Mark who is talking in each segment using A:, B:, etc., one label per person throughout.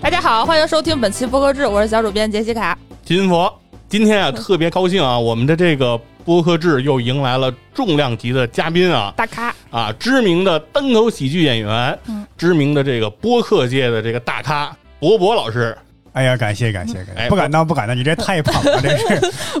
A: 大家好，欢迎收听本期播客制，我是小主编杰西卡。
B: 金佛，今天啊特别高兴啊，我们的这个播客制又迎来了重量级的嘉宾啊
A: 大咖，
B: 啊，知名的单口喜剧演员
A: 嗯，
B: 知名的这个播客界的这个大咖博博老师。
C: 哎呀，感谢感谢感
B: 哎
C: 谢，不敢当不敢当，你这太捧了，这 是。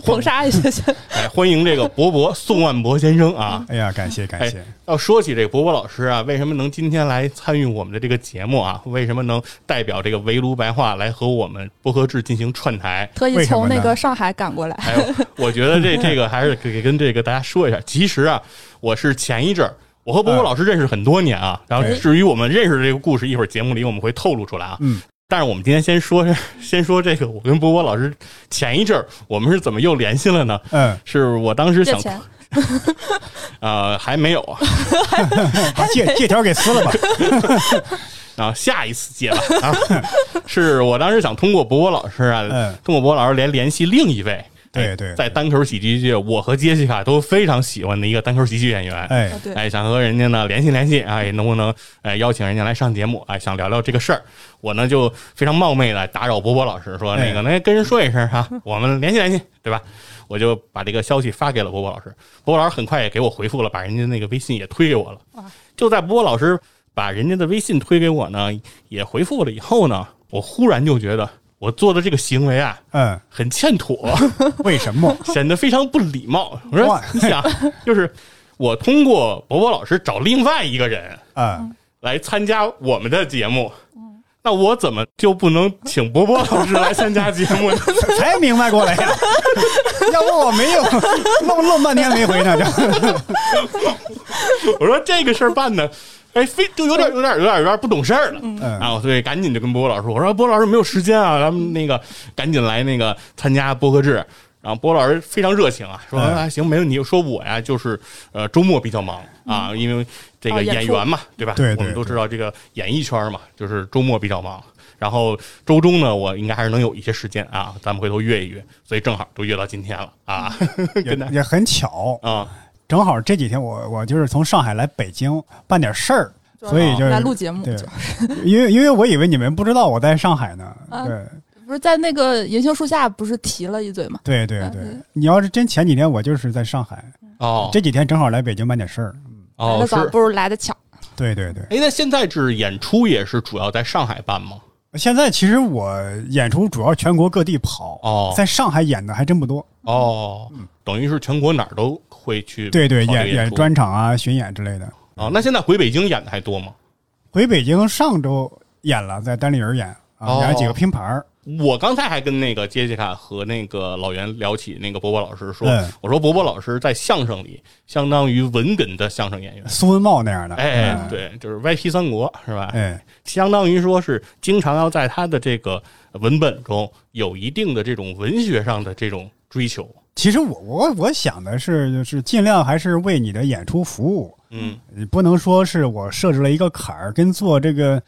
A: 捧杀一下，
B: 哎，欢迎这个博博宋万博先生啊！
C: 哎呀，感谢感谢。
B: 要说起这个博博老师啊，为什么能今天来参与我们的这个节目啊？为什么能代表这个围炉白话来和我们播客制进行串台？
A: 特意
C: 为什么
A: 从
C: 呢
A: 那个上海赶过 来。
B: 还有，哎我觉得 这这个还是给跟这个大家说一下。其实啊，我是前一阵儿，我和波
C: 嗯
B: 波老师认识很多年啊。
C: 哎
B: 然后至于我们认识的这个故事，一会儿节目里我们会透露出来啊。
C: 嗯。
B: 但是我们今天先说， 先说这个，我跟波波老师前一阵儿我们是怎么又联系了呢？
C: 嗯，
B: 是我当时
A: 借
B: 想，
A: 钱，
B: 呃，还没 有啊，
C: 把 借借条给撕了吧。
B: 啊，下一次借吧 啊。是我当时想通过波波老师啊，
C: 嗯
B: 通过波波老师来联系另一位，
C: 对
B: 哎
C: 对对
B: 在单口喜剧界，我和杰西卡都非常喜欢的一个单口喜剧演员，
C: 哎
A: 啊，对，
B: 哎，想和人家呢联系联系，哎，能不能哎邀请人家来上节目？哎，想聊聊这个事儿，我呢就非常冒昧的打扰波波老师说，那
C: 哎
B: 个那跟人说一声哈、我们联系联系，对吧？我就把这个消息发给了波波老师，波波老师很快也给我回复了，把人家那个微信也推给我了。就在波波老师把人家的微信推给我呢，也回复了以后呢，我忽然就觉得我做的这个行为啊。
C: 嗯，
B: 很欠妥，
C: 为什么？
B: 显得非常不礼貌。我说
C: Why？，
B: 你想，就是我通过博博老师找另外一个人
C: 嗯，
B: 来参加我们的节目，那我怎么就不能请博博老师来参加节目呢？
C: 才明白过来 呀。要不我没有弄弄半天没回呢，就
B: 我说这个事儿办的，哎，非就有点有点有点有点不懂事儿了。
C: 嗯
B: 啊，我所以赶紧就跟波波老师说，我说波老师没有时间啊，咱们那个赶紧来那个参加播客制。然后波老师非常热情啊，说
C: 嗯
B: 啊行没问题，说我呀就是呃周末比较忙啊，因为这
A: 哦
B: 个
A: 演
B: 演
A: 出
B: 员嘛，对吧？
C: 嗯对对
B: 我们都知道这个演艺圈嘛，就是周末比较忙。然后周中呢，我应该还是能有一些时间啊，咱们回头约一约，所以正好就约到今天了啊，
C: 也
B: 跟他
C: 也很巧，
B: 啊，
C: 正好这几天我我就是从上海来北京办点事儿，所以就是
A: 来录节目，
C: 对，因为因为我以为你们不知道我在上海呢，
A: 啊
C: 对。
A: 不是在那个银杏树下不是提了一嘴吗？
C: 对对
A: 啊
C: 对
A: 对，
C: 你要是真前几天我就是在上海，
B: 哦
C: 这几天正好来北京办点事儿。
A: 来
B: 哦
A: 得
B: 是，
A: 早不如来得巧。
C: 对对对，
B: 哎，那现在是演出也是主要在上海办吗？
C: 现在其实我演出主要全国各地跑，
B: 哦
C: 在上海演的还真不多。
B: 哦，等于是全国哪儿都会去
C: 对对，
B: 跑这个
C: 演演
B: 出
C: 专场啊、巡演之类的。
B: 啊。那现在回北京演的还多吗？
C: 回北京上周演了，在单立人演啊，
B: 哦
C: 演了几个拼盘儿。
B: 我刚才还跟那个杰西卡和那个老袁聊起那个伯伯老师说，
C: 嗯
B: 我说伯伯老师在相声里相当于文哏的相声演员，
C: 苏文茂那样的。
B: 哎，
C: 嗯，
B: 对，就是歪批三国是吧？
C: 哎，
B: 相当于说是经常要在他的这个文本中有一定的这种文学上的这种追求，
C: 其实我我我想的是，就是尽量还是为你的演出服务，
B: 嗯，
C: 你不能说是我设置了一个坎儿，跟做这个。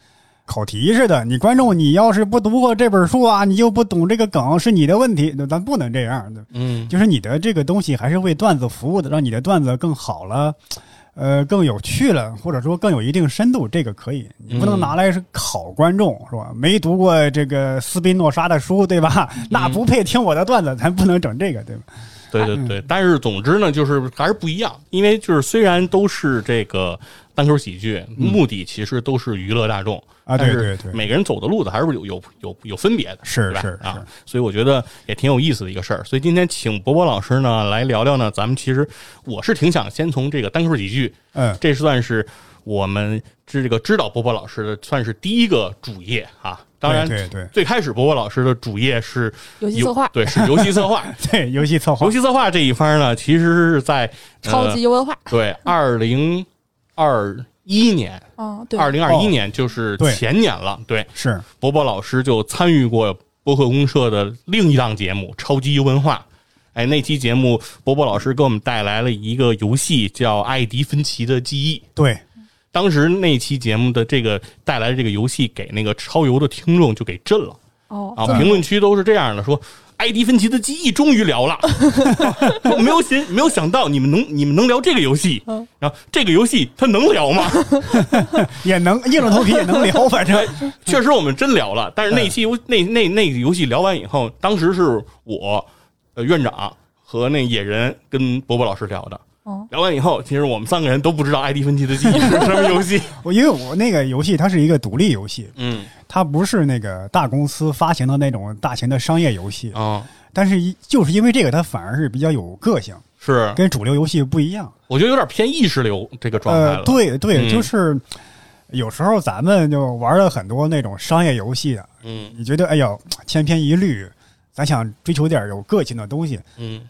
C: 考题似的，你观众，你要是不读过这本书啊，你就不懂这个梗，是你的问题。咱不能这样，对
B: 嗯，
C: 就是你的这个东西还是为段子服务的，让你的段子更好了，呃，更有趣了，或者说更有一定深度，这个可以。你不能
B: 嗯
C: 拿来是考观众，是吧？没读过这个斯宾诺莎的书，对吧？
B: 嗯
C: 那不配听我的段子，咱不能整这个，对吧？
B: 对对对，但是总之呢，就是还是不一样，因为就是虽然都是这个单口喜剧，目的其实都是娱乐大众
C: 嗯啊
B: 但
C: 对
B: 是
C: 对对
B: 每个人走的路子还是有有有有分别的，
C: 是
B: 对吧？
C: 是
B: 啊
C: 是，
B: 所以我觉得也挺有意思的一个事儿。所以今天请博博老师呢来聊聊呢，咱们其实我是挺想先从这个单口喜剧，
C: 嗯，
B: 这算是我们这个知道波波老师的算是第一个主业啊。当然，
C: 对对对
B: 最开始波波老师的主业是
A: 游戏策划
B: 对，是游戏策划。
C: 对，游戏策划
B: 游，戏策划这一方呢，其实是在、呃、
A: 超级文化，
B: 对二零二一年，
A: 嗯，对，
B: 二零二一
C: 哦
B: 年就是
C: 对
B: 前年了。对，
C: 是
B: 博博老师就参与过播客公社的另一档节目《超级游文化》。哎，那期节目，博博老师给我们带来了一个游戏，叫《艾迪芬奇的记忆》。
C: 对，
B: 当时那期节目的这个带来的这个游戏，给那个超游的听众就给震了
A: 哦，
B: 啊！评论区都是这样的，说埃迪芬奇的记忆终于聊了，我没有想没有想到你们能你们能聊这个游戏，然后这个游戏它能聊吗？
C: 也能硬着头皮也能聊，反
B: 哎
C: 正
B: 确实我们真聊了，但是那一期游那那那个游戏聊完以后，当时是我呃院长和那野人跟伯伯老师聊的
A: 哦。
B: 聊完以后，其实我们三个人都不知道埃迪芬奇的记忆是什么游 戏。
C: 我因为我那个游戏它是一个独立游戏，
B: 嗯
C: 它不是那个大公司发行的那种大型的商业游戏，
B: 啊，
C: 但是一就是因为这个，它反而是比较有个性，
B: 是，
C: 跟主流游戏不一样。
B: 我觉得有点偏意识流这个状态
C: 呃
B: 了，。
C: 对
B: 嗯
C: 对，就是有时候咱们就玩了很多那种商业游戏啊，
B: 嗯
C: 你觉得哎呦千篇一律，咱想追求点有个性的东西。
B: 嗯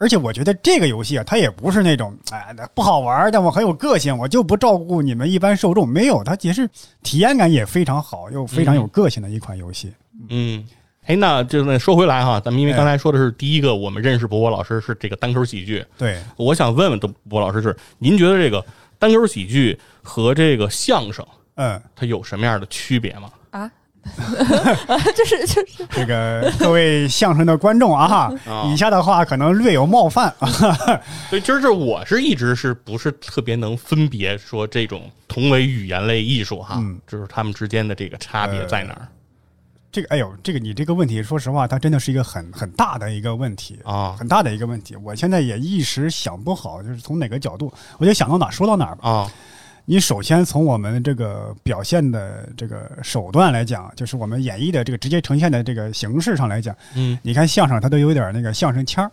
C: 而且我觉得这个游戏啊，它也不是那种哎那不好玩，但我很有个性，我就不照顾你们一般受众。没有，它其实体验感也非常好，又非常有个性的一款游戏。
B: 嗯。哎，那就那说回来哈，咱们因为
C: 哎
B: 刚才说的是第一个，我们认识博博老师是这个单口喜剧，
C: 对，
B: 我想问问博老师是，您觉得这个单口喜剧和这个相声
C: 嗯，
B: 它有什么样的区别吗？
A: 啊， 就是就是
C: 这个各位相声的观众啊，
B: 啊
C: 以下的话可能略有冒犯啊，
B: 所以就是我是一直是不是特别能分别说这种同为语言类艺术哈，
C: 嗯
B: 就是他们之间的这个差别在哪儿、
C: 这个哎呦，这个你这个问题，说实话，它真的是一个很很大的一个问题。
B: 啊
C: 很大的一个问题，我现在也一时想不好，就是从哪个角度，我就想到哪儿说到哪儿吧。
B: 啊
C: 你首先从我们这个表现的这个手段来讲，就是我们演绎的这个直接呈现的这个形式上来讲，
B: 嗯
C: 你看相声它都有点那个相声腔儿。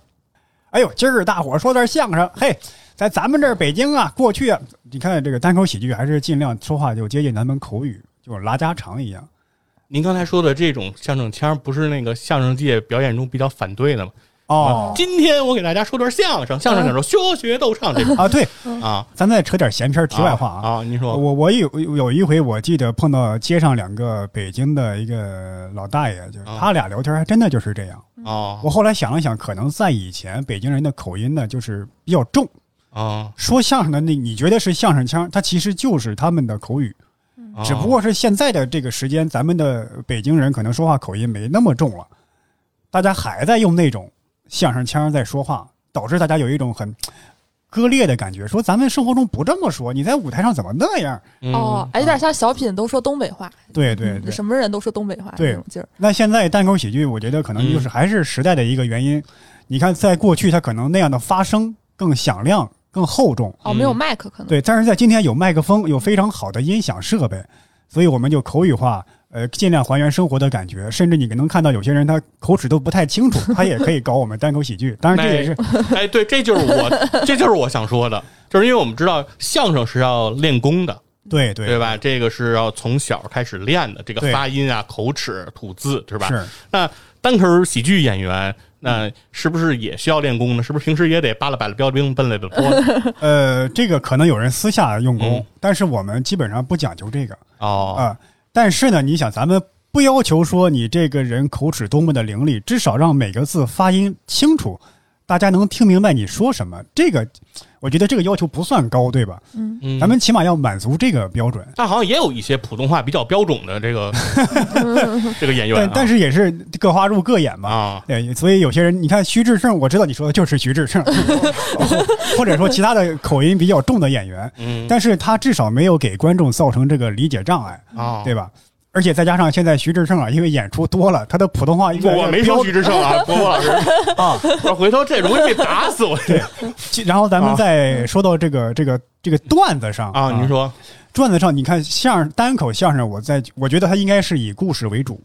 C: 哎呦，今儿大伙儿说段相声，嘿，在咱们这儿北京啊，过去啊，你看这个单口喜剧还是尽量说话就接近咱们口语，就是拉家常一样。
B: 您刚才说的这种相声腔，不是那个相声界表演中比较反对的吗？啊
C: 哦嗯
B: 今天我给大家说段相声，相声讲说说学逗唱这种
C: 啊，对，
B: 啊。
C: 咱再扯点闲篇儿题外话啊。
B: 啊，您说
C: 我我有有一回，我记得碰到街上两个北京的一个老大爷，就是
B: 啊
C: 他俩聊天，还真的就是这样。
B: 啊
C: 我后来想了想，可能在以前北京人的口音呢，就是比较重。
B: 啊，
C: 说相声的那你觉得是相声腔，它其实就是他们的口语，
B: 啊
C: 只不过是现在的这个时间，咱们的北京人可能说话口音没那么重了，大家还在用那种相声腔在说话，导致大家有一种很割裂的感觉。说咱们生活中不这么说，你在舞台上怎么那样？
B: 嗯
A: 哦，哎，有点像小品都说东北话，
C: 对对
A: 嗯
C: 对。
A: 什么人都说东北话
C: 对
A: 那种劲儿，
C: 那现在单口喜剧，我觉得可能就是还是时代的一个原因。你看，在过去它可能那样的发声更响亮、更厚重，
A: 哦，
B: 嗯
A: 没有麦克可能，
C: 对，但是在今天有麦克风，有非常好的音响设备，所以我们就口语化，呃，尽量还原生活的感觉。甚至你能看到有些人他口齿都不太清楚，他也可以搞我们单口喜剧。当然，这也是
B: 哎，对，这就是我，这就是我想说的，就是因为我们知道相声是要练功的，
C: 对对
B: 对吧？这个是要从小开始练的，这个
C: 对
B: 发音啊、口齿、吐字，是吧？
C: 是
B: 那单口喜剧演员，那是不是也需要练功呢？是不是平时也得扒拉扒拉标兵奔来的多 呢
C: 呃，这个可能有人私下用功，
B: 嗯
C: 但是我们基本上不讲究这个啊、
B: 哦？
C: 但是呢，你想，咱们不要求说你这个人口齿多么的伶俐，至少让每个字发音清楚，大家能听明白你说什么。这个，我觉得这个要求不算高，对吧？
B: 嗯，
C: 咱们起码要满足这个标准。
B: 但好像也有一些普通话比较标准的这个这个演员、
C: 但
B: 啊，
C: 但是也是各花入各眼嘛。
B: 啊，
C: 对，所以有些人，你看徐志胜，我知道你说的就是徐 志胜，或者说其他的口音比较重的演员，
B: 嗯，
C: 但是他至少没有给观众造成这个理解障碍，
B: 啊，
C: 对吧？而且再加上现在徐志胜啊，因为演出多了，他的普通话越来越
B: 我没
C: 标
B: 说徐志胜啊，波波老 师啊，我回头这容易被打死我
C: 然后咱们再说到这个、这个这个段子上
B: 啊！您说，
C: 段子上，你看相声单口相声，我在我觉得他应该是以故事为主，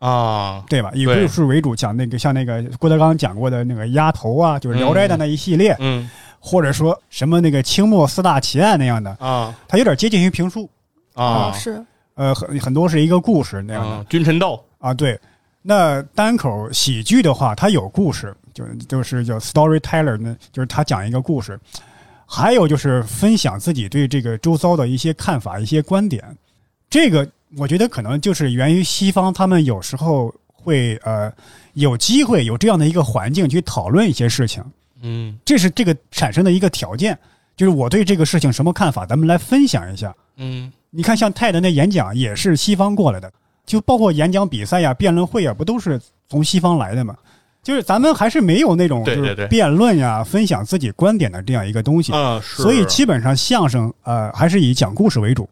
B: 啊，
C: 对吧？以
B: 对
C: 故事为主讲那个像那个郭德纲讲过的那个丫头啊，就是《聊斋》的那一系列，
B: 嗯
C: 或者说什么那个清末四大奇案那样的，
B: 啊
C: 它有点接近于评书，
A: 哦
B: 啊
A: 是，
C: 呃，很很多是一个故事那样的
B: 啊，君臣斗
C: 啊。对，那单口喜剧的话，它有故事，就就是叫 storyteller，那就是他讲一个故事，还有就是分享自己对这个周遭的一些看法、一些观点，这个我觉得可能就是源于西方，他们有时候会呃有机会有这样的一个环境去讨论一些事情。
B: 嗯
C: 这是这个产生的一个条件，就是我对这个事情什么看法，咱们来分享一下。
B: 嗯
C: 你看，像泰的那演讲也是西方过来的，就包括演讲比赛呀、辩论会呀，不都是从西方来的吗？就是咱们还是没有那种就
B: 对对
C: 是
B: 对
C: 辩论呀、分享自己观点的这样一个东西，
B: 啊，是
C: 所以基本上相声呃还是以讲故事为主。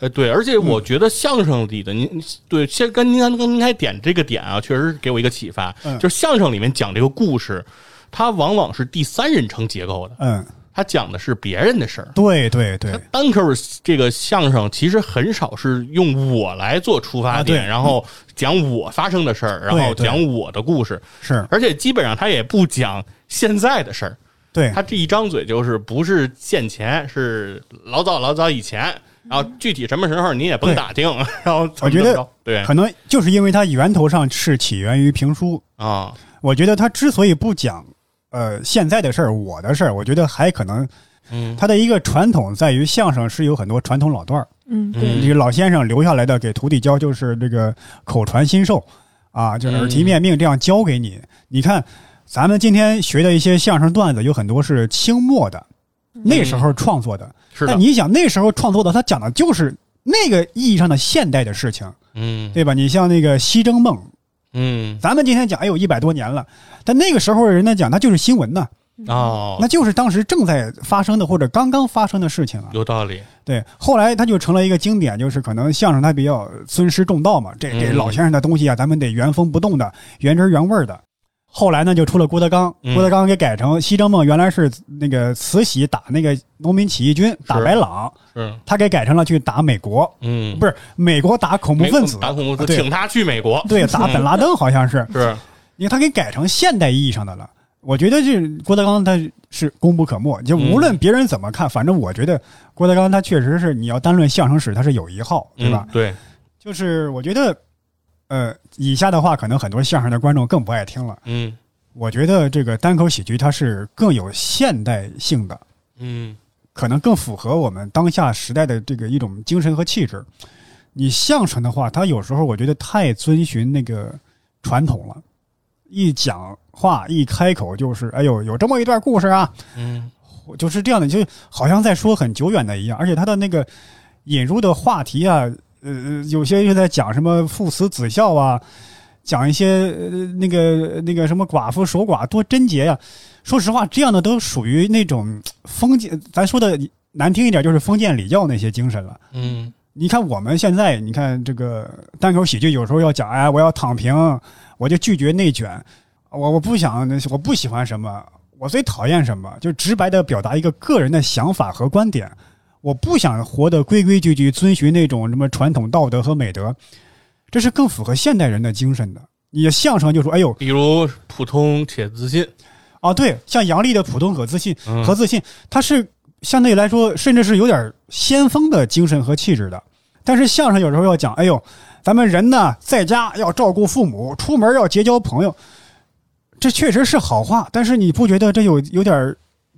B: 呃，对，而且
C: 嗯
B: 我觉得相声里的您，对，先跟您跟您开点这个点啊，确实给我一个启发，
C: 嗯
B: 就是相声里面讲这个故事，它往往是第三人称结构的，
C: 嗯，
B: 它讲的是别人的事儿。
C: 对对对
B: 它，单口这个相声其实很少是用我来做出发
C: 啊
B: 点，
C: 对
B: 然后讲我发生的事儿，然
C: 对
B: 后
C: 对
B: 讲我的故事，
C: 是
B: 而且基本上他也不讲现在的事儿，
C: 对
B: 他这一张嘴就是不是现前，是老早老早以前，然后具体什么时候你也甭
C: 对
B: 打听，然后怎么
C: 我觉
B: 怎
C: 得
B: 么着对
C: 可能就是因为它源头上是起源于评书。
B: 啊，
C: 我觉得他之所以不讲呃现在的事儿、我的事儿，我觉得还可能
B: 嗯，
C: 他的一个传统在于相声是有很多传统老段儿，
A: 嗯，
B: 嗯
A: 对，
C: 这个老先生留下来的给徒弟教就是这个口传心授啊，就是
B: 嗯
C: 耳提面命这样教给你。你看咱们今天学的一些相声段子，有很多是清末的
A: 嗯
C: 那时候创作的，
B: 嗯是的
C: 但，你想那时候创作的，他讲的就是那个意义上的现代的事情，
B: 嗯
C: 对吧？你像那个《西征梦》。
B: 嗯
C: 咱们今天讲，哎呦，一百多年了，但那个时候人家讲，那就是新闻呐，
B: 哦
C: 那，就是当时正在发生的或者刚刚发生的事情啊。
B: 有道理，
C: 对，后来它就成了一个经典，就是可能相声它比较尊师重道嘛，这这
B: 嗯
C: 老先生的东西啊，咱们得原封不动的、原汁原味儿的。后来呢，就出了郭德纲，
B: 嗯
C: 郭德纲给改成《西征梦》，原来是那个慈禧打那个农民起义军打
B: 是
C: 白朗，
B: 是
C: 他给改成了去打美国，
B: 嗯，
C: 不是美国打恐怖
B: 美
C: 分子，啊
B: 打恐怖分子，
C: 对
B: 请他去美国，
C: 对，打本拉登好像是。
B: 是嗯
C: 因为他给改成现代意义上的了。我觉得这郭德纲他是功不可没，就无论别人怎么看，反正我觉得郭德纲他确实是你要单论相声史，他是有一号，对吧？
B: 嗯对，
C: 就是我觉得，呃，以下的话可能很多相声的观众更不爱听了。
B: 嗯
C: 我觉得这个单口喜剧它是更有现代性的，
B: 嗯
C: 可能更符合我们当下时代的这个一种精神和气质。你相声的话，它有时候我觉得太遵循那个传统了，一讲话一开口就是“哎呦，有这么一段故事啊
B: 嗯”，
C: 就是这样的，就好像在说很久远的一样。而且它的那个引入的话题啊，呃，有些又在讲什么父慈子孝啊，讲一些、呃、那个那个什么寡妇守寡多贞洁呀、说实话，这样的都属于那种封建，咱说的难听一点，就是封建礼教那些精神了。
B: 嗯
C: 你看我们现在，你看这个单口喜剧，有时候要讲，哎，我要躺平，我就拒绝内卷，我我不想，我不喜欢什么，我最讨厌什么，就直白的表达一个个人的想法和观点。我不想活得规规矩矩，遵循那种什么传统道德和美德，这是更符合现代人的精神的。你相声就说，哎呦，
B: 比如普通且自信，
C: 啊，对，像杨笠的普通和自信，
B: 嗯
C: 和自信，它是相对来说，甚至是有点先锋的精神和气质的。但是相声有时候要讲，哎呦，咱们人呢，在家要照顾父母，出门要结交朋友，这确实是好话。但是你不觉得这有有点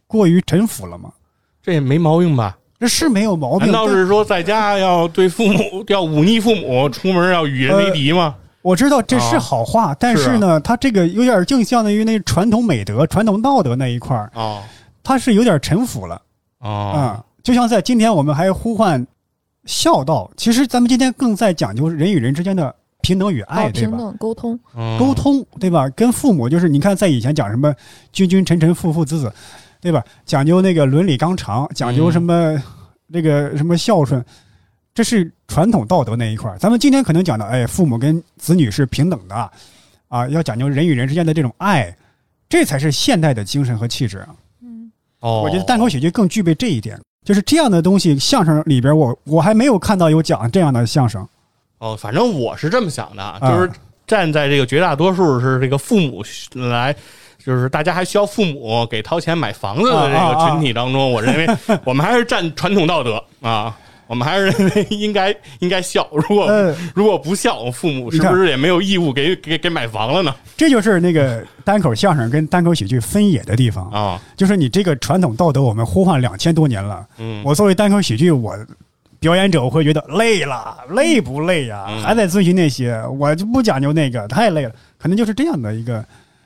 C: 过于陈腐了吗？
B: 这也没毛病吧？
C: 这是没有毛病
B: 难，道
C: 但
B: 是说在家要对父母要忤逆父母，出门要与人为敌吗？
C: 我知道这是
B: 啊
C: 好话，但是呢，它这个有点更相当于那传统美德、传统道德那一块儿，
B: 哦
C: 它是有点陈腐了。
B: 哦，
C: 啊、就像在今天我们还呼唤孝道，其实咱们今天更在讲究人与人之间的平等与爱，
A: 好
C: 对
A: 哦平
C: 吧？
A: 等沟通，
B: 嗯
C: 沟通，对吧？跟父母就是你看，在以前讲什么君君臣臣父父子子，对吧？讲究那个伦理纲常，讲究什么、这个什么孝顺，这是传统道德那一块儿。咱们今天可能讲的，哎，父母跟子女是平等的，啊，要讲究人与人之间的这种爱，这才是现代的精神和气质啊。
A: 嗯，
B: 哦，
C: 我觉得单口喜剧更具备这一点，就是这样的东西，相声里边我我还没有看到有讲这样的相声。
B: 哦，反正我是这么想的，
C: 嗯
B: 就是站在这个绝大多数是这个父母来。就是大家还需要父母给掏钱买房子的
C: 啊
B: 这个群体当中，我 认为我们还是站传统道德啊，我们还是认为应该应该孝。如果、
C: 呃，
B: 如果不孝，父母
C: 你
B: 是
C: 看
B: 不是也没有义务给给给买房了呢？
C: 这就是那个单口相声跟单口喜剧分野的地方，
B: 啊，
C: 就是你这个传统道德，我们呼唤两千多年了。
B: 嗯，
C: 我作为单口喜剧，我表演者我会觉得累了，累不累呀、
B: 嗯
C: 还在遵循那些，我就不讲究那个，太累了。可能就是这样的一个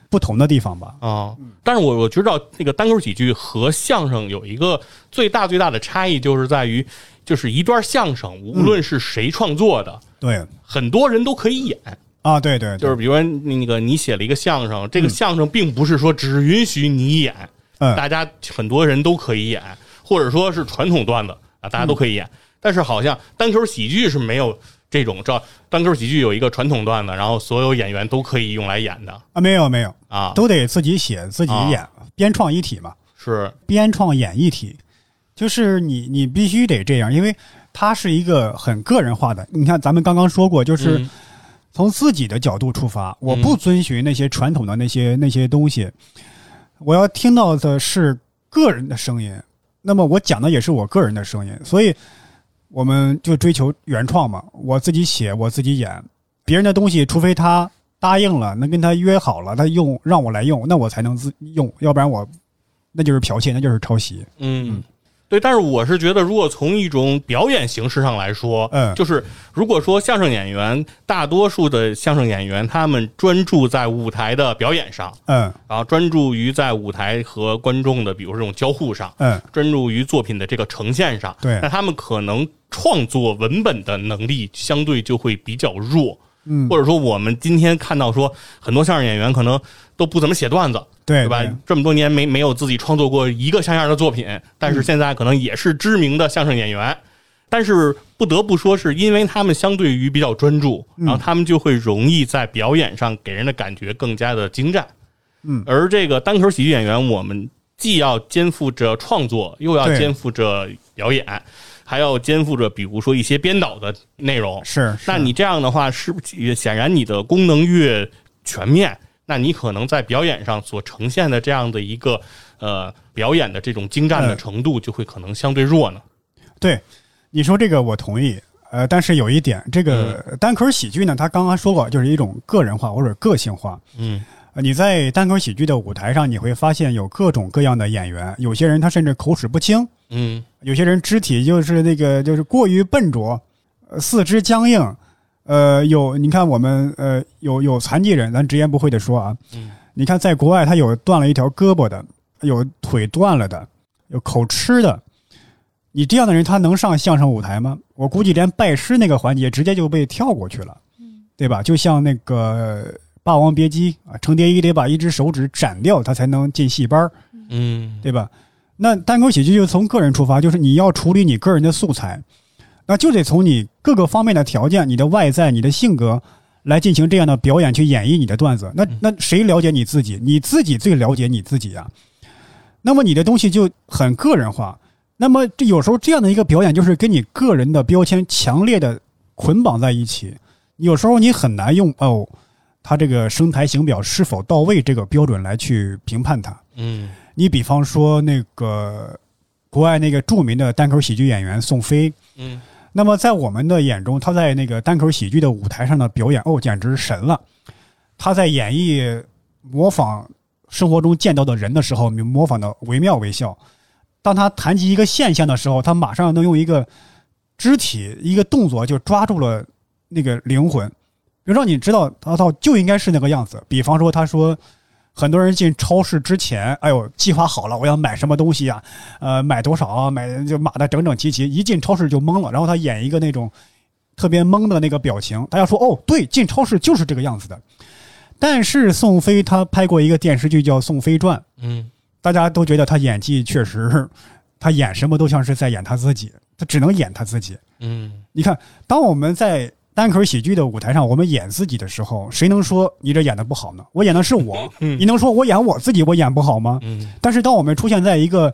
C: 不同的地方吧。
B: 啊、但是我我知道那个单口喜剧和相声有一个最大最大的差异，就是在于，就是一段相声，无论是谁创作的，
C: 对，
B: 很多人都可以演，
C: 啊，对对，对
B: 就是比如说那个你写了一个相声，这个相声并不是说只允许你演，
C: 嗯
B: 大家很多人都可以演，或者说是传统段子啊，大家
C: 嗯
B: 都可以演。但是好像单口喜剧是没有这种，这单口喜剧有一个传统段子，然后所有演员都可以用来演的
C: 啊，没有没有，
B: 啊，
C: 都得自己写自己
B: 啊
C: 演，编创一体嘛。
B: 是
C: 编创演绎体，就是你你必须得这样，因为它是一个很个人化的。你看，咱们刚刚说过，就是
B: 嗯
C: 从自己的角度出发，我
B: 嗯
C: 不遵循那些传统的那些那些东西，我要听到的是个人的声音，那么我讲的也是我个人的声音，所以我们就追求原创嘛，我自己写，我自己演，别人的东西，除非他。答应了，能跟他约好了，他用让我来用，那我才能自用，要不然我那就是剽窃，那就是抄袭。
B: 嗯，对。但是我是觉得，如果从一种表演形式上来说，
C: 嗯
B: 就是如果说相声演员，大多数的相声演员他们专注在舞台的表演上，
C: 嗯
B: 然后专注于在舞台和观众的，比如这种交互上，
C: 嗯，
B: 专注于作品的这个呈现上，
C: 对
B: 那他们可能创作文本的能力相对就会比较弱。
C: 嗯
B: 或者说，我们今天看到说，很多相声演员可能都不怎么写段子，
C: 对
B: 对吧？这么多年没没有自己创作过一个像样的作品，但
C: 嗯
B: 是现在可能也是知名的相声演员。但是不得不说，是因为他们相对于比较专注，
C: 嗯
B: 然后他们就会容易在表演上给人的感觉更加的精湛。
C: 嗯
B: 而这个单口喜剧演员，我们既要肩负着创作，又要
C: 对
B: 肩负着表演，还要肩负着比如说一些编导的内容。
C: 是，是
B: 那你这样的话，是不是也显然你的功能越全面，那你可能在表演上所呈现的这样的一个呃表演的这种精湛的
C: 嗯
B: 程度，就会可能相对弱呢？
C: 对你说这个我同意。呃，但是有一点，这个单口喜剧呢，他刚刚说过，就是一种个人化或者个性化。
B: 嗯
C: 呃你在单口喜剧的舞台上，你会发现有各种各样的演员，有些人他甚至口齿不清，
B: 嗯
C: 有些人肢体就是那个就是过于笨拙，呃，四肢僵硬，呃，有你看我们呃有有残疾人，咱直言不讳的说啊，
B: 嗯
C: 你看在国外他有断了一条胳膊的，有腿断了的，有口吃的，你这样的人他能上相声舞台吗？我估计连拜师那个环节直接就被跳过去了，对吧？就像那个《霸王别姬》啊，程蝶衣得把一只手指斩掉，他才能进戏班儿。
B: 嗯
C: 对吧？那单口喜剧就从个人出发，就是你要处理你个人的素材，那就得从你各个方面的条件、你的外在、你的性格来进行这样的表演，去演绎你的段子。那那谁了解你自己？你自己最了解你自己啊。那么你的东西就很个人化。那么这有时候这样的一个表演，就是跟你个人的标签强烈的捆绑在一起。有时候你很难用哦，他这个声台形表是否到位这个标准来去评判他。
B: 嗯
C: 你比方说那个国外那个著名的单口喜剧演员宋飞，
B: 嗯
C: 那么在我们的眼中，他在那个单口喜剧的舞台上的表演，哦，简直是神了！他在演绎模仿生活中见到的人的时候，模仿的惟妙惟肖。当他谈及一个现象的时候，他马上能用一个肢体、一个动作就抓住了那个灵魂，就让你知道他到就应该是那个样子。比方说，他说。很多人进超市之前，哎呦，计划好了，我要买什么东西啊？呃，买多少啊？买就码的整整齐齐，一进超市就懵了。然后他演一个那种特别懵的那个表情，大家说哦，对，进超市就是这个样子的。但是宋飞他拍过一个电视剧叫《宋飞传》，
B: 嗯
C: 大家都觉得他演技确实，他演什么都像是在演他自己，他只能演他自己。
B: 嗯
C: 你看，当我们在单口喜剧的舞台上，我们演自己的时候，谁能说你这演的不好呢？我演的是我，
B: 嗯
C: 你能说我演我自己，我演不好吗？
B: 嗯
C: 但是当我们出现在一个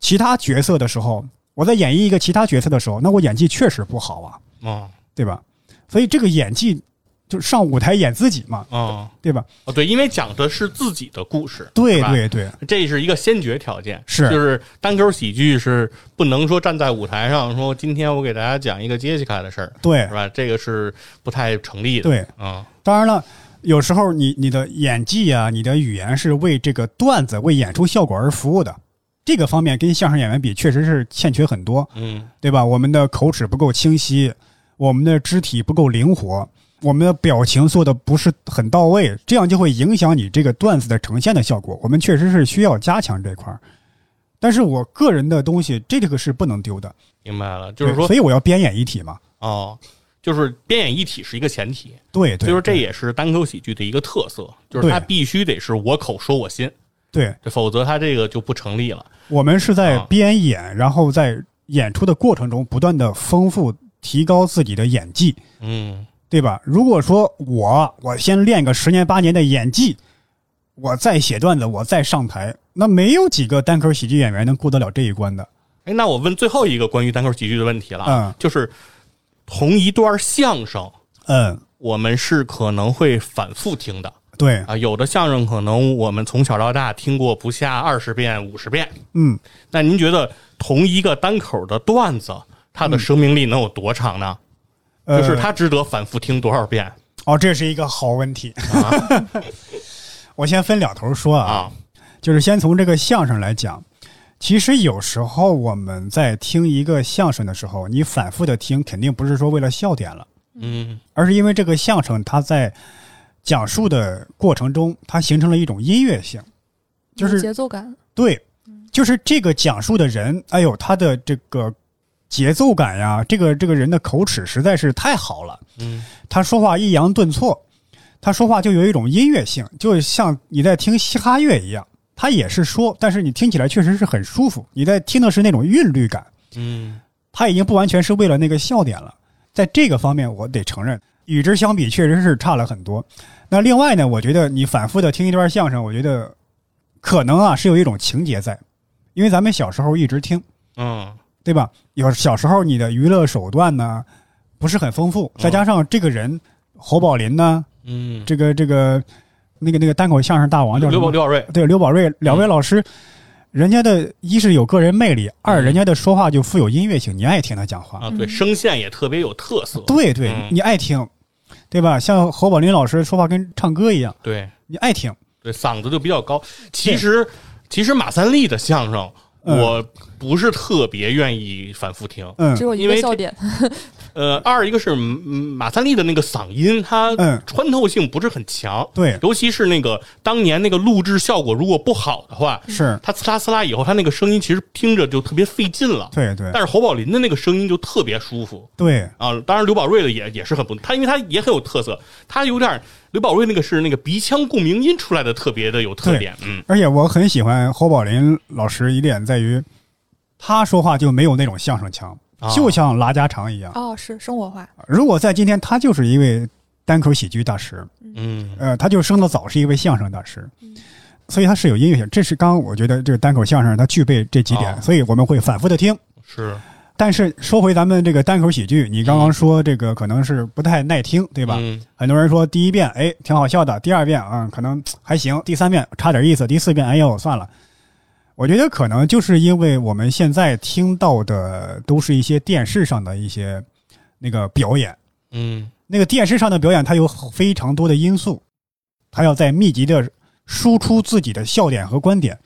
C: 其他角色的时候，我在演绎一个其他角色的时候，那我演技确实不好啊，
B: 哦
C: 对吧？所以这个演技就是上舞台演自己嘛，
B: 哦
C: 对吧？
B: 哦，对，因为讲的是自己的故事，
C: 对
B: 是吧
C: 对对，
B: 这是一个先决条件，
C: 是
B: 就是单口喜剧是不能说站在舞台上说今天我给大家讲一个杰西卡的事儿，
C: 对
B: 是吧？这个是不太成立的。
C: 对。
B: 嗯
C: 当然了，有时候你你的演技啊，你的语言是为这个段子、为演出效果而服务的。这个方面跟相声演员比，确实是欠缺很多。
B: 嗯
C: 对吧？我们的口齿不够清晰，我们的肢体不够灵活，我们的表情做的不是很到位，这样就会影响你这个段子的呈现的效果。我们确实是需要加强这块儿，但是我个人的东西，这个是不能丢的。
B: 明白了，就是说
C: 对所以我要编演一体嘛。
B: 哦，就是编演一体是一个前提，
C: 对
B: 所
C: 对，
B: 以说这
C: 对
B: 也是单口喜剧的一个特色，就是它
C: 对
B: 必须得是我口说我心，
C: 对
B: 对否则它这个就不成立了。
C: 我们是在
B: 啊
C: 边演，然后在演出的过程中不断的丰富、提高自己的演技，
B: 嗯，
C: 对吧？如果说我我先练个十年八年的演技，我再写段子，我再上台，那没有几个单口喜剧演员能过得了这一关的。
B: 哎，那我问最后一个关于单口喜剧的问题了啊，
C: 嗯
B: 就是同一段相声，
C: 嗯，
B: 我们是可能会反复听的
C: 对，
B: 啊，有的相声可能我们从小到大听过不下二十遍、五十遍。
C: 嗯，
B: 那您觉得同一个单口的段子，它的生命力能有多长呢？
C: 嗯呃、
B: 就是它值得反复听多少遍
C: 哦，这是一个好问题。 我先分两头说啊，
B: 啊？
C: 就是先从这个相声来讲。其实有时候我们在听一个相声的时候，你反复的听，肯定不是说为了笑点了，
B: 嗯
C: 而是因为这个相声它在讲述的过程中，它形成了一种音乐性，就是
A: 有节奏嗯感，
C: 对，就是这个讲述的人，哎呦，他的这个节奏感呀，这个这个人的口齿实在是太好了。
B: 嗯
C: 他说话抑扬顿挫，他说话就有一种音乐性，就像你在听嘻哈乐一样。他也是说，但是你听起来确实是很舒服，你在听的是那种韵律感。
B: 嗯
C: 他已经不完全是为了那个笑点了，在这个方面，我得承认，与之相比确实是差了很多。那另外呢，我觉得你反复的听一段相声，我觉得可能啊是有一种情节在，因为咱们小时候一直听，
B: 嗯
C: 对吧？有小时候你的娱乐手段呢不是很丰富，再加上这个人侯宝林呢，
B: 嗯，
C: 这个这个那个那个单口相声大王叫什
B: 刘宝
C: 么？
B: 刘宝嗯瑞，
C: 对，刘宝瑞两位老师，人家的一是有个人魅力，二人家的说话就富有音乐性，你爱听他讲话。
B: 嗯啊，
A: 嗯
B: 对，声线也特别有特色。
C: 对对
B: 嗯，
C: 你爱听，对吧？像侯宝林老师说话跟唱歌一样，
B: 对
C: 你爱听。
B: 对，嗓子就比较高。其实其实马三立的相声，
C: 嗯
B: 我不是特别愿意反复听。
C: 嗯
A: 只有一
B: 因为
A: 个
B: 这
A: 笑点，
B: 呃，二一个是嗯马三立的那个嗓音，它
C: 嗯
B: 穿透性不是很强。
C: 对
B: 尤其是那个当年那个录制效果如果不好的话，
C: 是，
B: 他呲啦呲啦以后，他那个声音其实听着就特别费劲了。
C: 对对
B: 但是侯宝林的那个声音就特别舒服
C: 对
B: 啊，当然刘宝瑞的也也是很不，他因为他也很有特色，他有点刘宝瑞那个是那个鼻腔共鸣音出来的特别的有特点，嗯
C: 而且我很喜欢侯宝林老师一点在于，他说话就没有那种相声腔
B: 啊，
C: 就像拉家常一样。
A: 哦，是生活化，
C: 如果在今天，他就是一位单口喜剧大师，
B: 嗯
C: 呃，他就生得早是一位相声大师
A: 嗯，
C: 所以他是有音乐性。这是刚刚我觉得这个单口相声它具备这几
B: 哦
C: 点，所以我们会反复的听。
B: 是
C: 但是说回咱们这个单口喜剧，你刚刚说这个可能是不太耐听，对
B: 对
C: 吧？
B: 嗯
C: 很多人说第一遍哎挺好笑的，第二遍啊、嗯可能还行，第三遍差点意思，第四遍哎呦算了。我觉得可能就是因为我们现在听到的都是一些电视上的一些那个表演，
B: 嗯
C: 那个电视上的表演它有非常多的因素，它要在密集的输出自己的笑点和观点，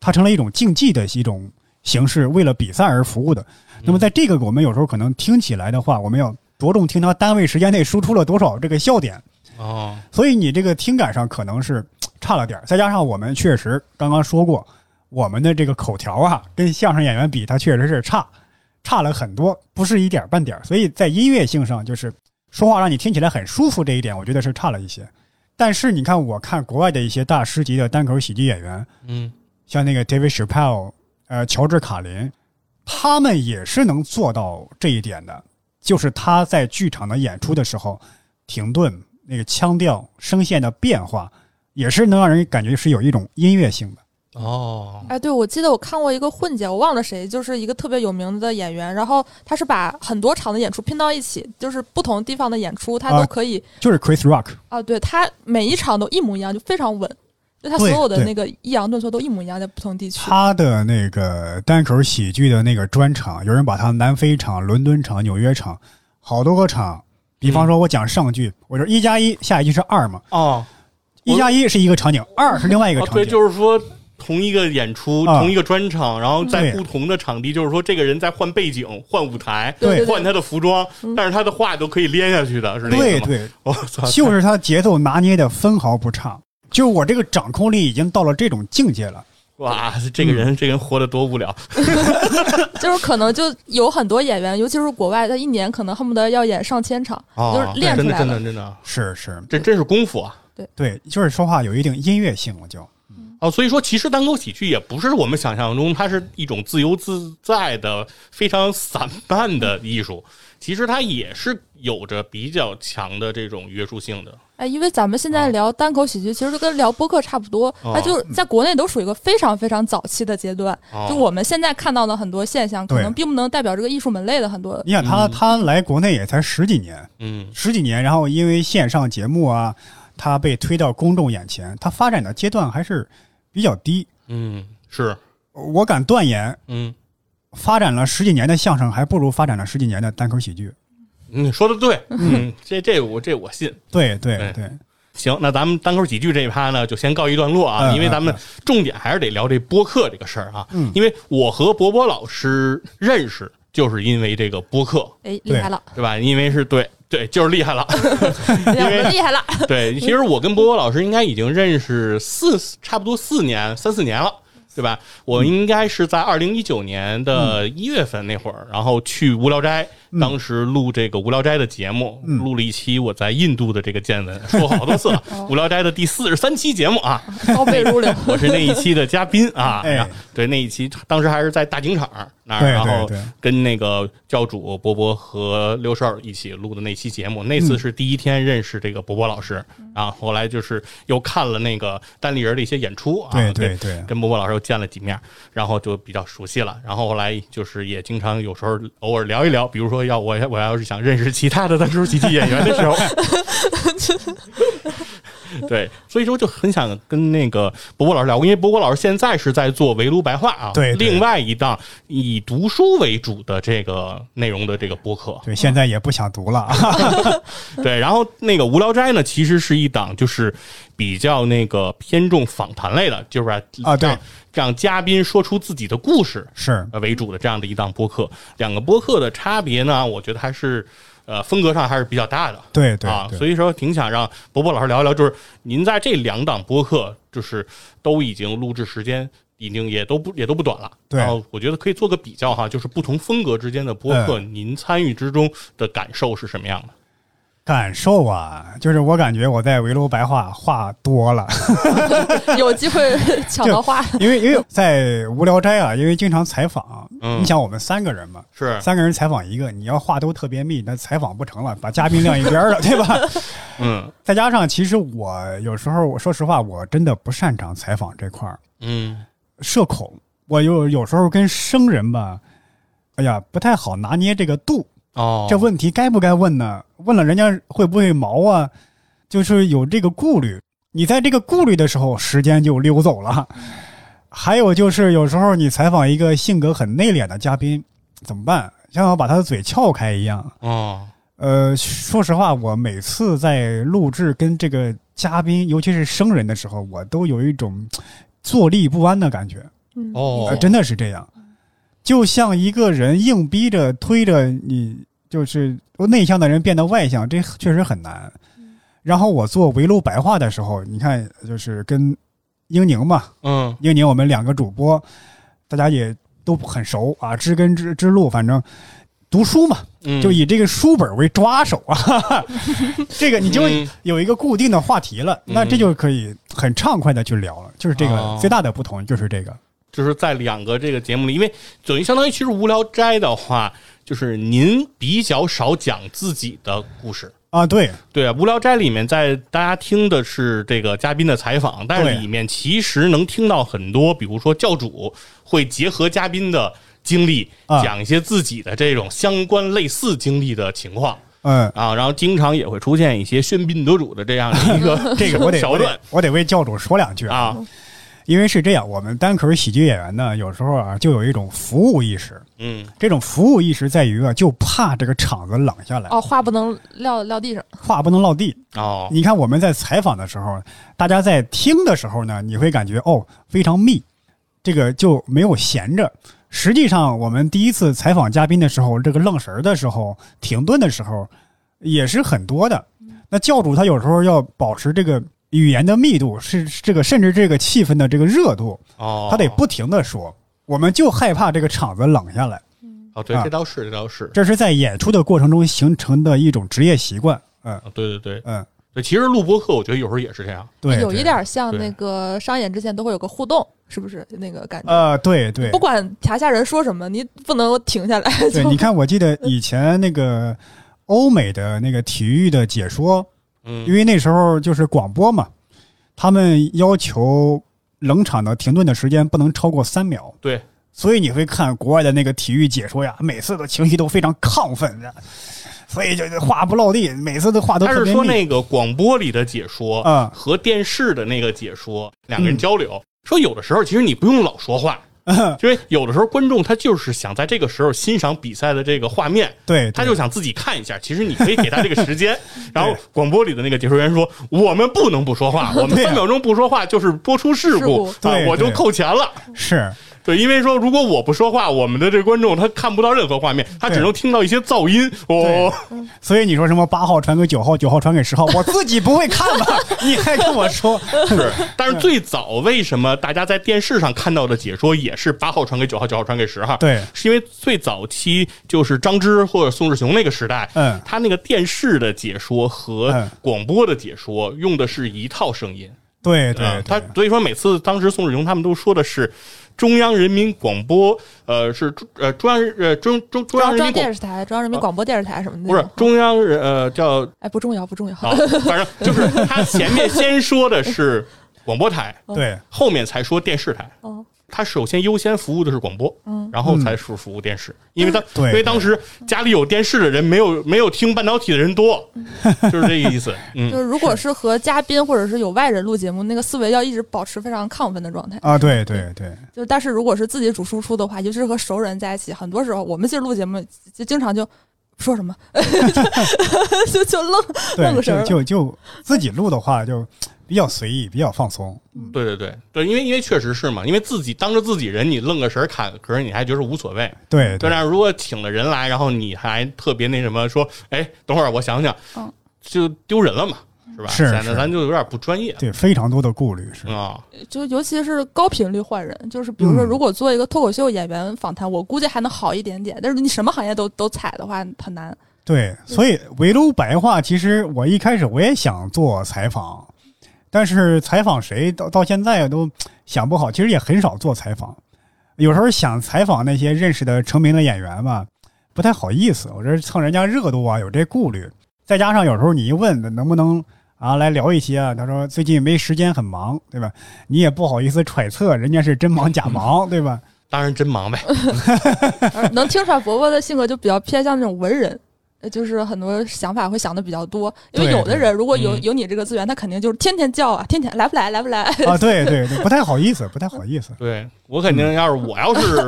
C: 它成了一种竞技的一种形式，为了比赛而服务的。那么在这个我们有时候可能听起来的话，我们要着重听它单位时间内输出了多少这个笑点，
B: 哦
C: 所以你这个听感上可能是差了点儿。再加上我们确实刚刚说过，我们的这个口条啊，跟相声演员比，它确实是差，差了很多，不是一点儿半点儿。所以在音乐性上，就是说话让你听起来很舒服这一点，我觉得是差了一些。但是你看，我看国外的一些大师级的单口喜剧演员，
B: 嗯
C: 像那个 David Chappelle，呃，乔治卡林，他们也是能做到这一点的，就是他在剧场的演出的时候，停顿、那个腔调、声线的变化，也是能让人感觉是有一种音乐性的。
B: 哦
A: 哎，对，我记得我看过一个混剪，我忘了谁，就是一个特别有名的演员，然后他是把很多场的演出拼到一起，就是不同地方的演出，他
C: 啊
A: 都可以
C: 就是 Chris Rock，
A: 啊对他每一场都一模一样，就非常稳，就他所
C: 对
A: 有的
C: 对
A: 那个抑扬顿挫都一模一样，在不同地区。
C: 他的那个单口喜剧的那个专场，有人把他南非场、伦敦场、纽约场，好多个场。比方
B: 嗯
C: 说，我讲上句，我就一加一，下一句是二嘛，
B: 哦
C: 一加一是一个场景，二是另外一个
B: 哦
C: 场景。
B: 对，就是说。同一个演出，
C: 啊
B: 同一个专场，然后在
C: 对
B: 不同的场地，就是说，这个人在换背景、换舞台、
A: 对对
B: 换
A: 对，
B: 他的服装，
A: 嗯
B: 但是他的话都可以连下去的，是那
C: 对
B: 个吗？
C: 对，
B: 我操，
C: 就是他节奏拿捏的分毫不差，就我这个掌控力已经到了这种境界了。
B: 哇，这个
C: 嗯
B: 人这个人活得多无聊，
A: 就是可能就有很多演员，尤其是国外，他一年可能恨不得要演上千场，
C: 哦
B: 啊
A: 就是练出
B: 真的
A: 来
B: 真
A: 了
B: 的。真的，
C: 是是，
B: 这真是功夫啊！
C: 对，就是说话有一定音乐性了就。
B: 哦，所以说其实单口喜剧也不是我们想象中，它是一种自由自在的、非常散漫的艺术。其实它也是有着比较强的这种约束性的。
A: 哎，因为咱们现在聊单口喜剧，其实就跟聊播客差不多，
B: 啊哦
A: 它就在国内都属于一个非常非常早期的阶段。
B: 哦
A: 就我们现在看到的很多现象，可
C: 对
A: 能并不能代表这个艺术门类的很多。
C: 你想他他来国内也才十几年，
B: 嗯，
C: 十几年，然后因为线上节目啊，他被推到公众眼前，他发展的阶段还是比较低。
B: 嗯，是，
C: 我敢断言，
B: 嗯
C: 发展了十几年的相声，还不如发展了十几年的单口喜剧。
B: 嗯，说的对，嗯，这这我这我信。
C: 对对
B: 对
C: 对，
B: 行，那咱们单口喜剧这一趴呢，就先告一段落啊，
C: 嗯
B: 因为咱们重点还是得聊这播客这个事儿啊。
C: 嗯
B: 因为我和博博老师认识，就是因为这个播客，
A: 哎，厉害了，
B: 对吧？因为是对对，就是厉害了。
A: 哎呀
B: 因为
A: 我们厉害了。
B: 对，其实我跟波波老师应该已经认识四，差不多四年、三四年了，对吧？我应该是在二零一九年的一月份那会儿，然后去无聊斋，当时录这个无聊斋的节目，
C: 嗯
B: 录了一期我在印度的这个见闻，说好多次了
A: 哦，
B: 无聊斋的第四十三期节目啊，
A: 高背如流，
B: 我是那一期的嘉宾啊，
C: 哎
B: 然后对那一期当时还是在大警场那儿，
C: 对
B: 然后
C: 对对
B: 跟那个教主波波和刘少一起录的那期节目，那
C: 嗯
B: 次是第一天认识这个波波老师，啊，后来就是又看了那个单立人的一些演出啊，
C: 对
B: 对
C: 对对
B: 跟波波老师又见了几面，然后就比较熟悉了。然后后来就是也经常有时候偶尔聊一聊，比如说要我我要是想认识其他的单口喜剧演员的时候， 对，所以说就很想跟那个波波老师聊，因为波波老师现在是在做围炉白话啊，
C: 对对
B: 另外一档以读书为主的这个内容的这个播客，
C: 对，现在也不想读了。
B: 对，然后那个无聊斋呢，其实是一档就是比较那个偏重访谈类的，就是
C: 啊对
B: 让让嘉宾说出自己的故事，
C: 是，
B: 呃为主的这样的一档播客。两个播客的差别呢，我觉得还是呃风格上还是比较大的。
C: 对对
B: 啊，
C: 对
B: 所以说挺想让伯伯老师聊一聊，就是您在这两档播客，就是都已经录制时间已经也都不也都不短了。
C: 对
B: 然后我觉得可以做个比较哈，就是不同风格之间的播客，您参与之中的感受是什么样的？
C: 感受啊，就是我感觉我在围炉白话话多了，
A: 有机 会抢到话。
C: 因为因为在无聊斋啊，因为经常采访，
B: 嗯
C: 你想我们三个人嘛，
B: 是，
C: 三个人采访一个，你要话都特别密，那采访不成了，把嘉宾晾一边儿了，对吧？
B: 嗯
C: 再加上，其实我有时候我说实话，我真的不擅长采访这块儿，
B: 嗯
C: 社恐。我有有时候跟生人吧，哎呀，不太好拿捏这个度，
B: 哦，
C: 这问题该不该问呢？问了人家会不会毛啊？就是有这个顾虑。你在这个顾虑的时候，时间就溜走了。还有就是，有时候你采访一个性格很内敛的嘉宾，怎么办？像要把他的嘴撬开一样。
B: 哦
C: 呃，说实话，我每次在录制跟这个嘉宾，尤其是生人的时候，我都有一种嘖坐立不安的感觉。
A: 嗯
B: 哦
C: 呃，真的是这样，就像一个人硬逼着推着你，就是内向的人变得外向，这确实很难。然后我做围炉白话的时候，你看，就是跟英宁嘛，
B: 嗯
C: 英宁我们两个主播，大家也都很熟啊，知根知知路，反正读书嘛，
B: 嗯，
C: 就以这个书本为抓手 啊，哈哈，这个你就
B: 嗯
C: 有一个固定的话题了，
B: 嗯
C: 那这就可以很畅快的去聊了。就是这
B: 哦
C: 个最大的不同就是这个，
B: 就是在两个这个节目里，因为等于相当于其实无聊斋的话，就是您比较少讲自己的故事。
C: 啊，对，
B: 对啊，《无聊斋》里面在大家听的是这个嘉宾的采访，但是
C: 对
B: 里面其实能听到很多，比如说教主会结合嘉宾的经历，
C: 啊
B: 讲一些自己的这种相关类似经历的情况
C: 嗯，
B: 啊，然后经常也会出现一些喧宾夺主的这样的一 个
C: 这个我得
B: 小
C: 我
B: 段
C: 得我得为教主说两句啊，
B: 啊，
C: 因为是这样，我们单口喜剧演员呢，有时候啊就有一种服务意识，
B: 嗯
C: 这种服务意识在于啊，就怕这个场子冷下来，
A: 哦，话不能撂撂地上，
C: 话不能落地。
B: 哦
C: 你看我们在采访的时候，大家在听的时候呢，你会感觉哦非常密，这个就没有闲着。实际上，我们第一次采访嘉宾的时候，这个愣神儿的时候、停顿的时候，也是很多的。那教主他有时候要保持这个语言的密度是是这个，甚至这个气氛的这个热度，
B: 哦，
C: 他得不停的说。我们就害怕这个场子冷下来，
B: 哦，对，
C: 啊
B: 这倒是，这倒是，
C: 这是在演出的过程中形成的一种职业习惯。嗯
B: 啊对对对
C: 嗯，
B: 对，其实录播课，我觉得有时候也是这样。
C: 对，
A: 哎有
C: 对
A: 一点儿像
B: 对
A: 那个商演之前都会有个互动，是不是那个感觉？
C: 呃，对对
A: 不，管台下人说什么，你不能停下来。
C: 对，
A: 就
C: 你看，我记得以前那个欧美的那个体育的解说，
B: 嗯
C: 因，为那时候就是广播嘛，他们要求冷场的停顿的时间不能超过三秒，
B: 对，
C: 所以你会看国外的那个体育解说呀，每次的情绪都非常亢奋的，所以就就话不落地，每次的话都
B: 他
C: 特
B: 是
C: 别
B: 说
C: 密
B: 那个广播里的解说
C: 啊嗯
B: 和电视的那个解说两个人交流，说有的时候其实你不用老说话，因为有的时候观众他就是想在这个时候欣赏比赛的这个画面，
C: 对，
B: 他
C: 哎对
B: 就想自己看一下。其实你可以给他这个时 间。然后广播里的那个解说员说：“我们不能不说 话，我们
C: 对啊
B: 三秒钟不说话就是播出事故
A: 事
C: 故
B: 啊
C: 对，
B: 我就
C: 对
B: 扣钱了。”
C: 是
B: 对，因为说如果我不说话，我们的这观众他看不到任何画面，他只能听到一些噪音。哦，
C: 所以你说什么八号传给九号，九号传给十号，我自己不会看 吧？你还跟我说？
B: 是。 但是最早为什么大家在电视上看到的解说也是八号传给九号，九号传给十号？
C: 对
B: 是因为最早期就是张芝或者宋志雄那个时代，
C: 嗯
B: 他那个电视的解说和
C: 嗯
B: 广播的解说用的是一套声音。
C: 对对
B: 啊
C: 对，
B: 他所以说每次当时宋志雄他们都说的是。中央人民广播，呃，是中呃中央人呃中中
A: 中
B: 中央
A: 央
B: 人
A: 中
B: 民
A: 央
B: 广啊
A: 电视台、中央人民广播电视台什么的，
B: 不是啊中央人呃叫
A: 哎，不重要，不重要。
B: 好，反正就是他前面先说的是广播台，
C: 对
B: 后面才说电视台。
A: 哦，
B: 他首先优先服务的是广播，
A: 嗯，
B: 然后才是服务电视，因为当因
C: 对
B: 为当时家里有电视的人没有没有听半导体的 人多，就是这个意思。嗯，
A: 就是如果是和嘉宾或者是有外人录节目，那个思维要一直保持非常亢奋的状态。
C: 啊，对对 对，
A: 就是，但是如果是自己主输出的话，尤其是和熟人在一起，很多时候我们其实录节目就经常就说什么， 就就愣。
C: 对，
A: 愣个神
C: 就
A: 儿
C: 就就自己录的话就比较随意，比较放松。嗯
B: 对对对对，因为因为确实是嘛，因为自己当着自己人，你愣个神儿砍个壳儿，你还觉得无所谓。
C: 对
B: 对，
C: 对
B: 但是如果请了人来，然后你还特别那什么说，哎，等会儿我想想，
A: 嗯
B: 就丢人了嘛，是吧？
C: 是
B: 显得
C: 是
B: 咱就有点不专业。
C: 对，非常多的顾虑是
B: 嗯。啊，
A: 就尤其是高频率换人，就是比如说，
C: 嗯
A: 如果做一个脱口秀演员访谈，我估计还能好一点点。但是你什么行业都都踩的话，很难。
C: 对，所以围炉白话，其实我一开始我也想做采访，但是采访谁到到现在都想不好，其实也很少做采访。有时候想采访那些认识的成名的演员吧，不太好意思，我这蹭人家热度啊，有这顾虑。再加上有时候你一问能不能啊来聊一些啊，他说最近没时间，很忙，对吧？你也不好意思揣测人家是真忙假忙，对吧？
B: 当然真忙呗。
A: 而能听出来，伯伯的性格就比较偏向那种文人，呃就是很多想法会想的比较多。因为
C: 对
A: 有的人如果有
B: 嗯
A: 有你这个资源，他肯定就是天天叫啊，天天来不来，来不来。
C: 啊，对对对，不太好意思，不太好意思。
B: 对我肯定要是我要是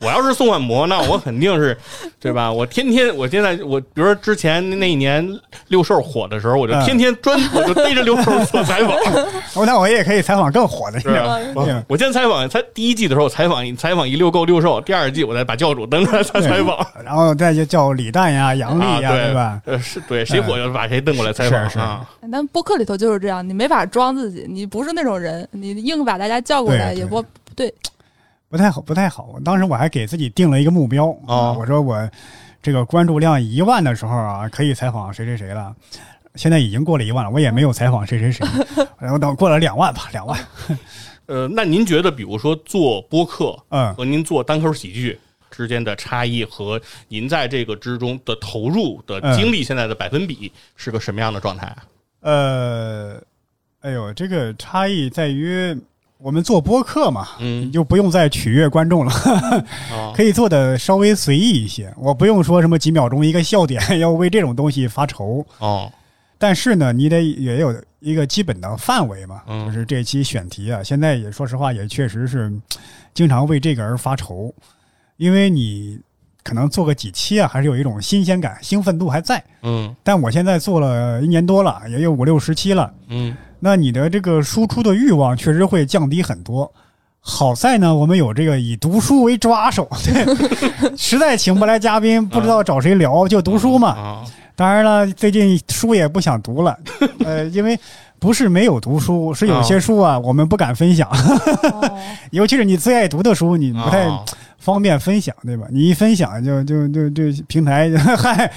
B: 我要是宋万博，那我肯定是对吧？我天天我现在我比如说之前那一年六兽火的时候，我就
C: 嗯
B: 天天 专我就逮着六兽做采访，
C: 哦，那我也可以采访更火的，你
B: 是
C: 知道吗
B: 吧？我我先采访才第一季的时候采访一采访一遛够六兽，第二季我再把教主登出来再
C: 对
B: 采访。
C: 然后再就叫李诞呀、杨
B: 啊，
C: 笠呀，
B: 对
C: 吧？？
B: 呃，是对，谁火就把谁瞪过来采访
C: 是是
B: 啊。
A: 但播客里头就是这样，你没法装自己，你不是那种人，你硬把大家叫过来
C: 对
A: 也
C: 对
A: 不不对。
C: 不太好，不太好。我当时我还给自己定了一个目标啊，
B: 哦
C: 我说我这个关注量一万的时候啊，可以采访谁谁谁了。现在已经过了一万了，我也没有采访谁 谁谁。然后等过了两万吧，两万。
B: 呃，那您觉得，比如说做播客
C: 嗯，
B: 和您做单口喜剧之间的差异，和您在这个之中的投入的
C: 嗯
B: 精力，现在的百分比是个什么样的状态啊？
C: 呃，哎呦，这个差异在于我们做播客嘛，
B: 嗯，
C: 就不用再取悦观众了。
B: 啊，
C: 可以做的稍微随意一些，我不用说什么几秒钟一个笑点， 要为这种东西发愁。
B: 哦，
C: 但是呢，你得也有一个基本的范围嘛，
B: 嗯
C: 就是这期选题啊，现在也说实话也确实是嗯经常为这个而发愁，因为你可能做个几期啊，还是有一种新鲜感、兴奋度还在。
B: 嗯
C: 但我现在做了一年多了，也有五六十期了，
B: 嗯
C: 那你的这个输出的欲望确实会降低很多。好在呢，我们有这个以读书为抓手，对， 实在请不来嘉宾，不知道找谁聊，就读书嘛。
B: 啊，
C: 当然了，最近书也不想读了，呃，因为不是没有读书，是有些书啊，我们不敢分享，
A: 哦
C: 尤其是你最爱读的书，你不太
B: 啊
C: 方便分享，对吧？你一分享就就就就平台 嗨，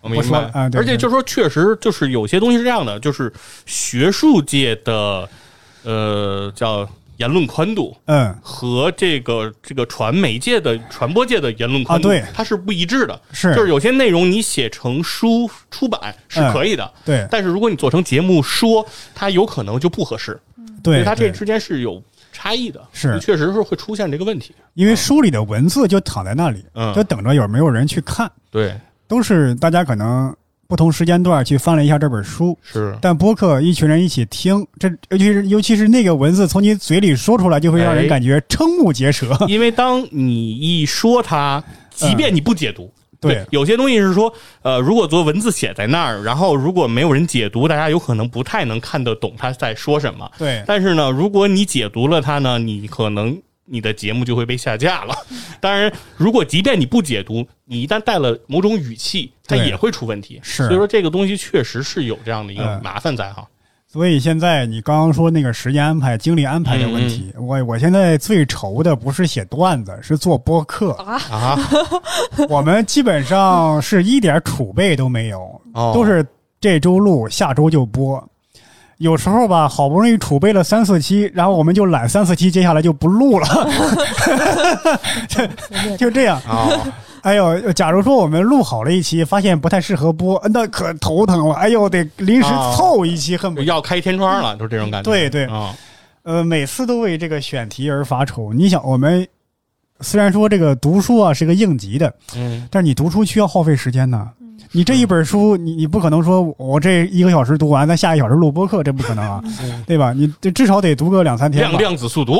B: 我明
C: 不说
B: 白
C: 了啊对
B: 而且就说，确实就是有些东西是这样的，就是学术界的呃叫言论宽度
C: 嗯，
B: 和这个这个传媒界的传播界的言论宽度，
C: 啊对
B: 它是不一致的。
C: 是嗯
B: 就是有些内容你写成书出版是可以的，
C: 对
B: 但是如果你做成节目说，它有可能就不合适，所
C: 对
B: 以，它这
C: 对
B: 之间是有差异的。
C: 是
B: 确实是会出现这个问题。
C: 因为书里的文字就躺在那里，
B: 嗯
C: 就等着有没有人去看，
B: 对，
C: 都是大家可能不同时间段去翻了一下这本书，
B: 是
C: 但播客一群人一起听，这尤其是尤其是那个文字从你嘴里说出来，就会让
B: 哎
C: 人感觉瞠目结舌。
B: 因为当你一说它，即便你不解读。
C: 嗯对，
B: 有些东西是说，呃，如果做文字写在那儿，然后如果没有人解读，大家有可能不太能看得懂他在说什 么。
C: 对，
B: 但是呢，如果你解读了它呢，你可能你的节目就会被下架了。 当然，如果即便你不解读，你一旦带了某种语气，它
C: 对
B: 也会出问题。
C: 是
B: 所以说这个东西确实是有这样的一个
C: 嗯
B: 麻烦在哈。
C: 所以现在你刚刚说那个时间安排、精力安排的问题，
B: 嗯
C: 我我现在最愁的不是写段子，是做播客。
A: 啊，
B: 啊，
C: 我们基本上是一点储备都没有，
B: 哦
C: 都是这周录，下周就播。有时候吧，好不容易储备了三四期，然后我们就懒三四期，接下来就不录了， 就这样。
B: 哦，
C: 哎呦，假如说我们录好了一期，发现不太适合播，那可头疼了。哎呦，得临时
B: 啊
C: 凑一期，恨不得。
B: 要开天窗了，就是这种感觉。
C: 对对
B: 啊，
C: 呃，每次都为这个选题而发愁。你想，我们虽然说这个读书啊是个应急的，
B: 嗯，
C: 但是你读书需要耗费时间呢。你这一本书，你你不可能说我这一个小时读完，咱下一小时录播客，这不可能啊，对吧？你这至少得读个两三
B: 嗯
C: 天
B: 量
C: 吧。
B: 量子速读，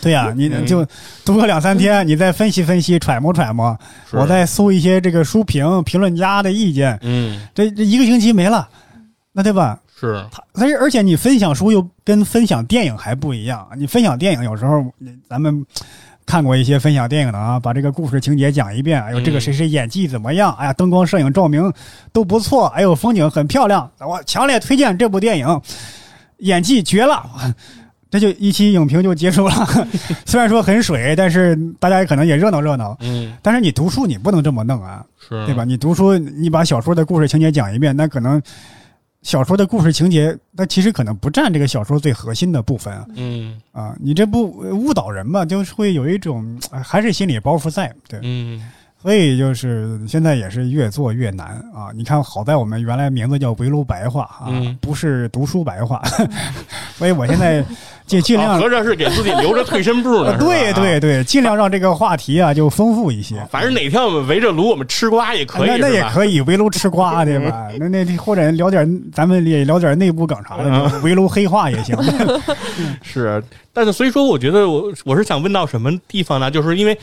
C: 对呀、你
B: 嗯
C: 就读个两三天，你再分析分析，揣摩揣摩。
B: 是
C: 我再搜一些这个书评、评论家的意见，
B: 嗯
C: 这这一个星期没了，那对吧？
B: 是
C: 但是而且你分享书又跟分享电影还不一样，啊你分享电影有时候你咱们看过一些分享电影的啊，把这个故事情节讲一遍，哎呦
B: 嗯
C: 这个谁谁演技怎么样，哎呀灯光摄影照明都不错，哎呦风景很漂亮，我强烈推荐这部电影，演技绝了。这就一期影评就结束了， 虽然说很水，但是大家可能也热闹热闹。
B: 嗯
C: 但是你读书你不能这么弄啊，
B: 是，
C: 对吧？？你读书，你把小说的故事情节讲一遍，那可能小说的故事情节，那其实可能不占这个小说最核心的部分啊。
B: 嗯
C: 啊你这不呃误导人嘛？就是会有一种哎还是心理包袱在，对，
B: 嗯
C: 所以就是现在也是越做越难啊。你看，好在我们原来名字叫围炉白话啊，
B: 嗯
C: 不是读书白话， 所以我现在尽尽
B: 啊
C: 量、
B: 合着是给自己留着退身步呢。是吧
C: 对对对，尽量让这个话题啊就丰富一些。
B: 反正哪天我们围着炉，我们吃瓜也可以，
C: 啊那那
B: 是
C: 也
B: 吧
C: 可以围炉 吃瓜，对吧？那那或者聊点，咱们也聊点内部梗啥
B: 嗯
C: 的，围炉黑话也行。
B: 是，但是所以说，我觉得我我是想问到什么地方呢？就是因为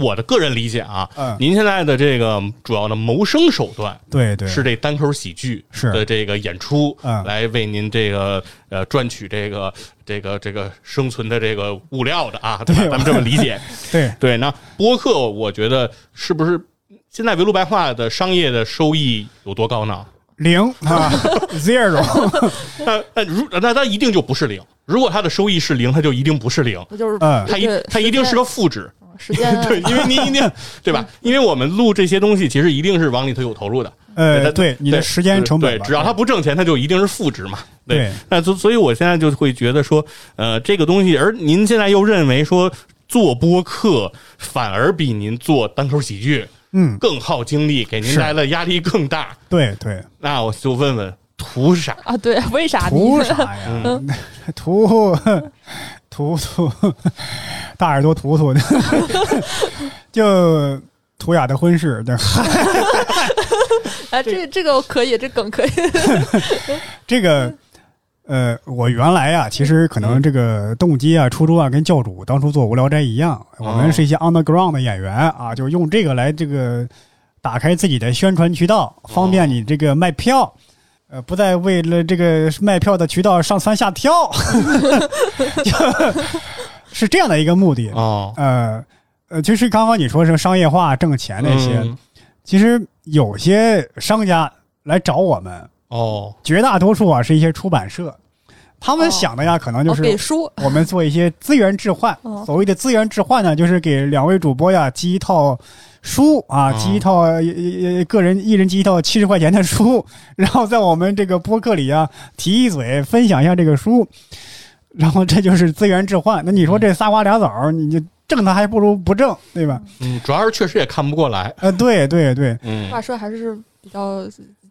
B: 我的个人理解啊，
C: 嗯
B: 您现在的这个主要的谋生手段
C: 对对，
B: 是这单口喜剧
C: 是
B: 的这个演出，
C: 嗯
B: 来为您这个呃赚取这个这个这个生存的这个物料的啊，对吧？
C: 对
B: 咱们这么理 解。
C: 对
B: 对，那播客我觉得是不是现在围炉白话的商业的收益有多高呢？
C: 零啊 ，zero，
B: 那那如那它一定就不是零。如果它的收益是零，它就一定不是零，
A: 那就是
C: 嗯
B: 它一
A: 这
B: 它一定是个负值。
A: 时间啊
B: 对，因为您 一定对吧？因为我们录这些东西，其实一定是往里头有投入的。
C: 呃，
B: 它
C: 对你的时间成本
B: 对，
C: 吧
B: 只要它不挣钱，它就一定是负值嘛。
C: 对
B: 那所所以，我现在就会觉得说，呃，这个东西，而您现在又认为说做播客反而比您做单口喜剧
C: 嗯，
B: 更耗精力，给您
C: 是
B: 带来的压力更大。
C: 对对，
B: 那我就问问，图啥？
A: 啊，对，为啥你
C: 图啥呀？
B: 嗯
C: 图图图，大耳朵图图， 就图雅的婚事，对
A: 哎，这这个可以，这梗可以，
C: 这个，呃，我原来啊，其实可
B: 嗯
C: 能这个动机啊、初衷啊，跟教主当初做《无聊斋》一样，我
B: 哦
C: 们是一些 underground 的演员啊，就用这个来这个打开自己的宣传渠道，方
B: 哦
C: 便你这个卖票。呃，不再为了这个卖票的渠道上蹿下跳， 就是这样的一个目的。
B: 哦，
C: 呃呃，就是刚刚你说是商业哎化挣钱那些，
B: 嗯
C: 其实有些商家来找我们，
B: 哦，
C: 绝大多数啊是一些出版社，他们
A: 哦
C: 想的呀，可能就
A: 哦，
C: 是
A: 给书，
C: 我们做一些资源置换。
A: 嗯
C: 所谓的资源置换呢，就是给两位主播呀寄一套书啊，
B: 嗯
A: 哦
C: 寄一套、呃呃个人一人寄一套七十块钱的书， 然后在我们这个播客里啊提一嘴，分享一下这个书，然后这就是资源置换。那你说这仨瓜俩枣儿，你就挣他还不如不挣，对吧？
B: 嗯，主要是确实也看不过来，
C: 呃，对对对
B: 嗯
A: 出版社还是比较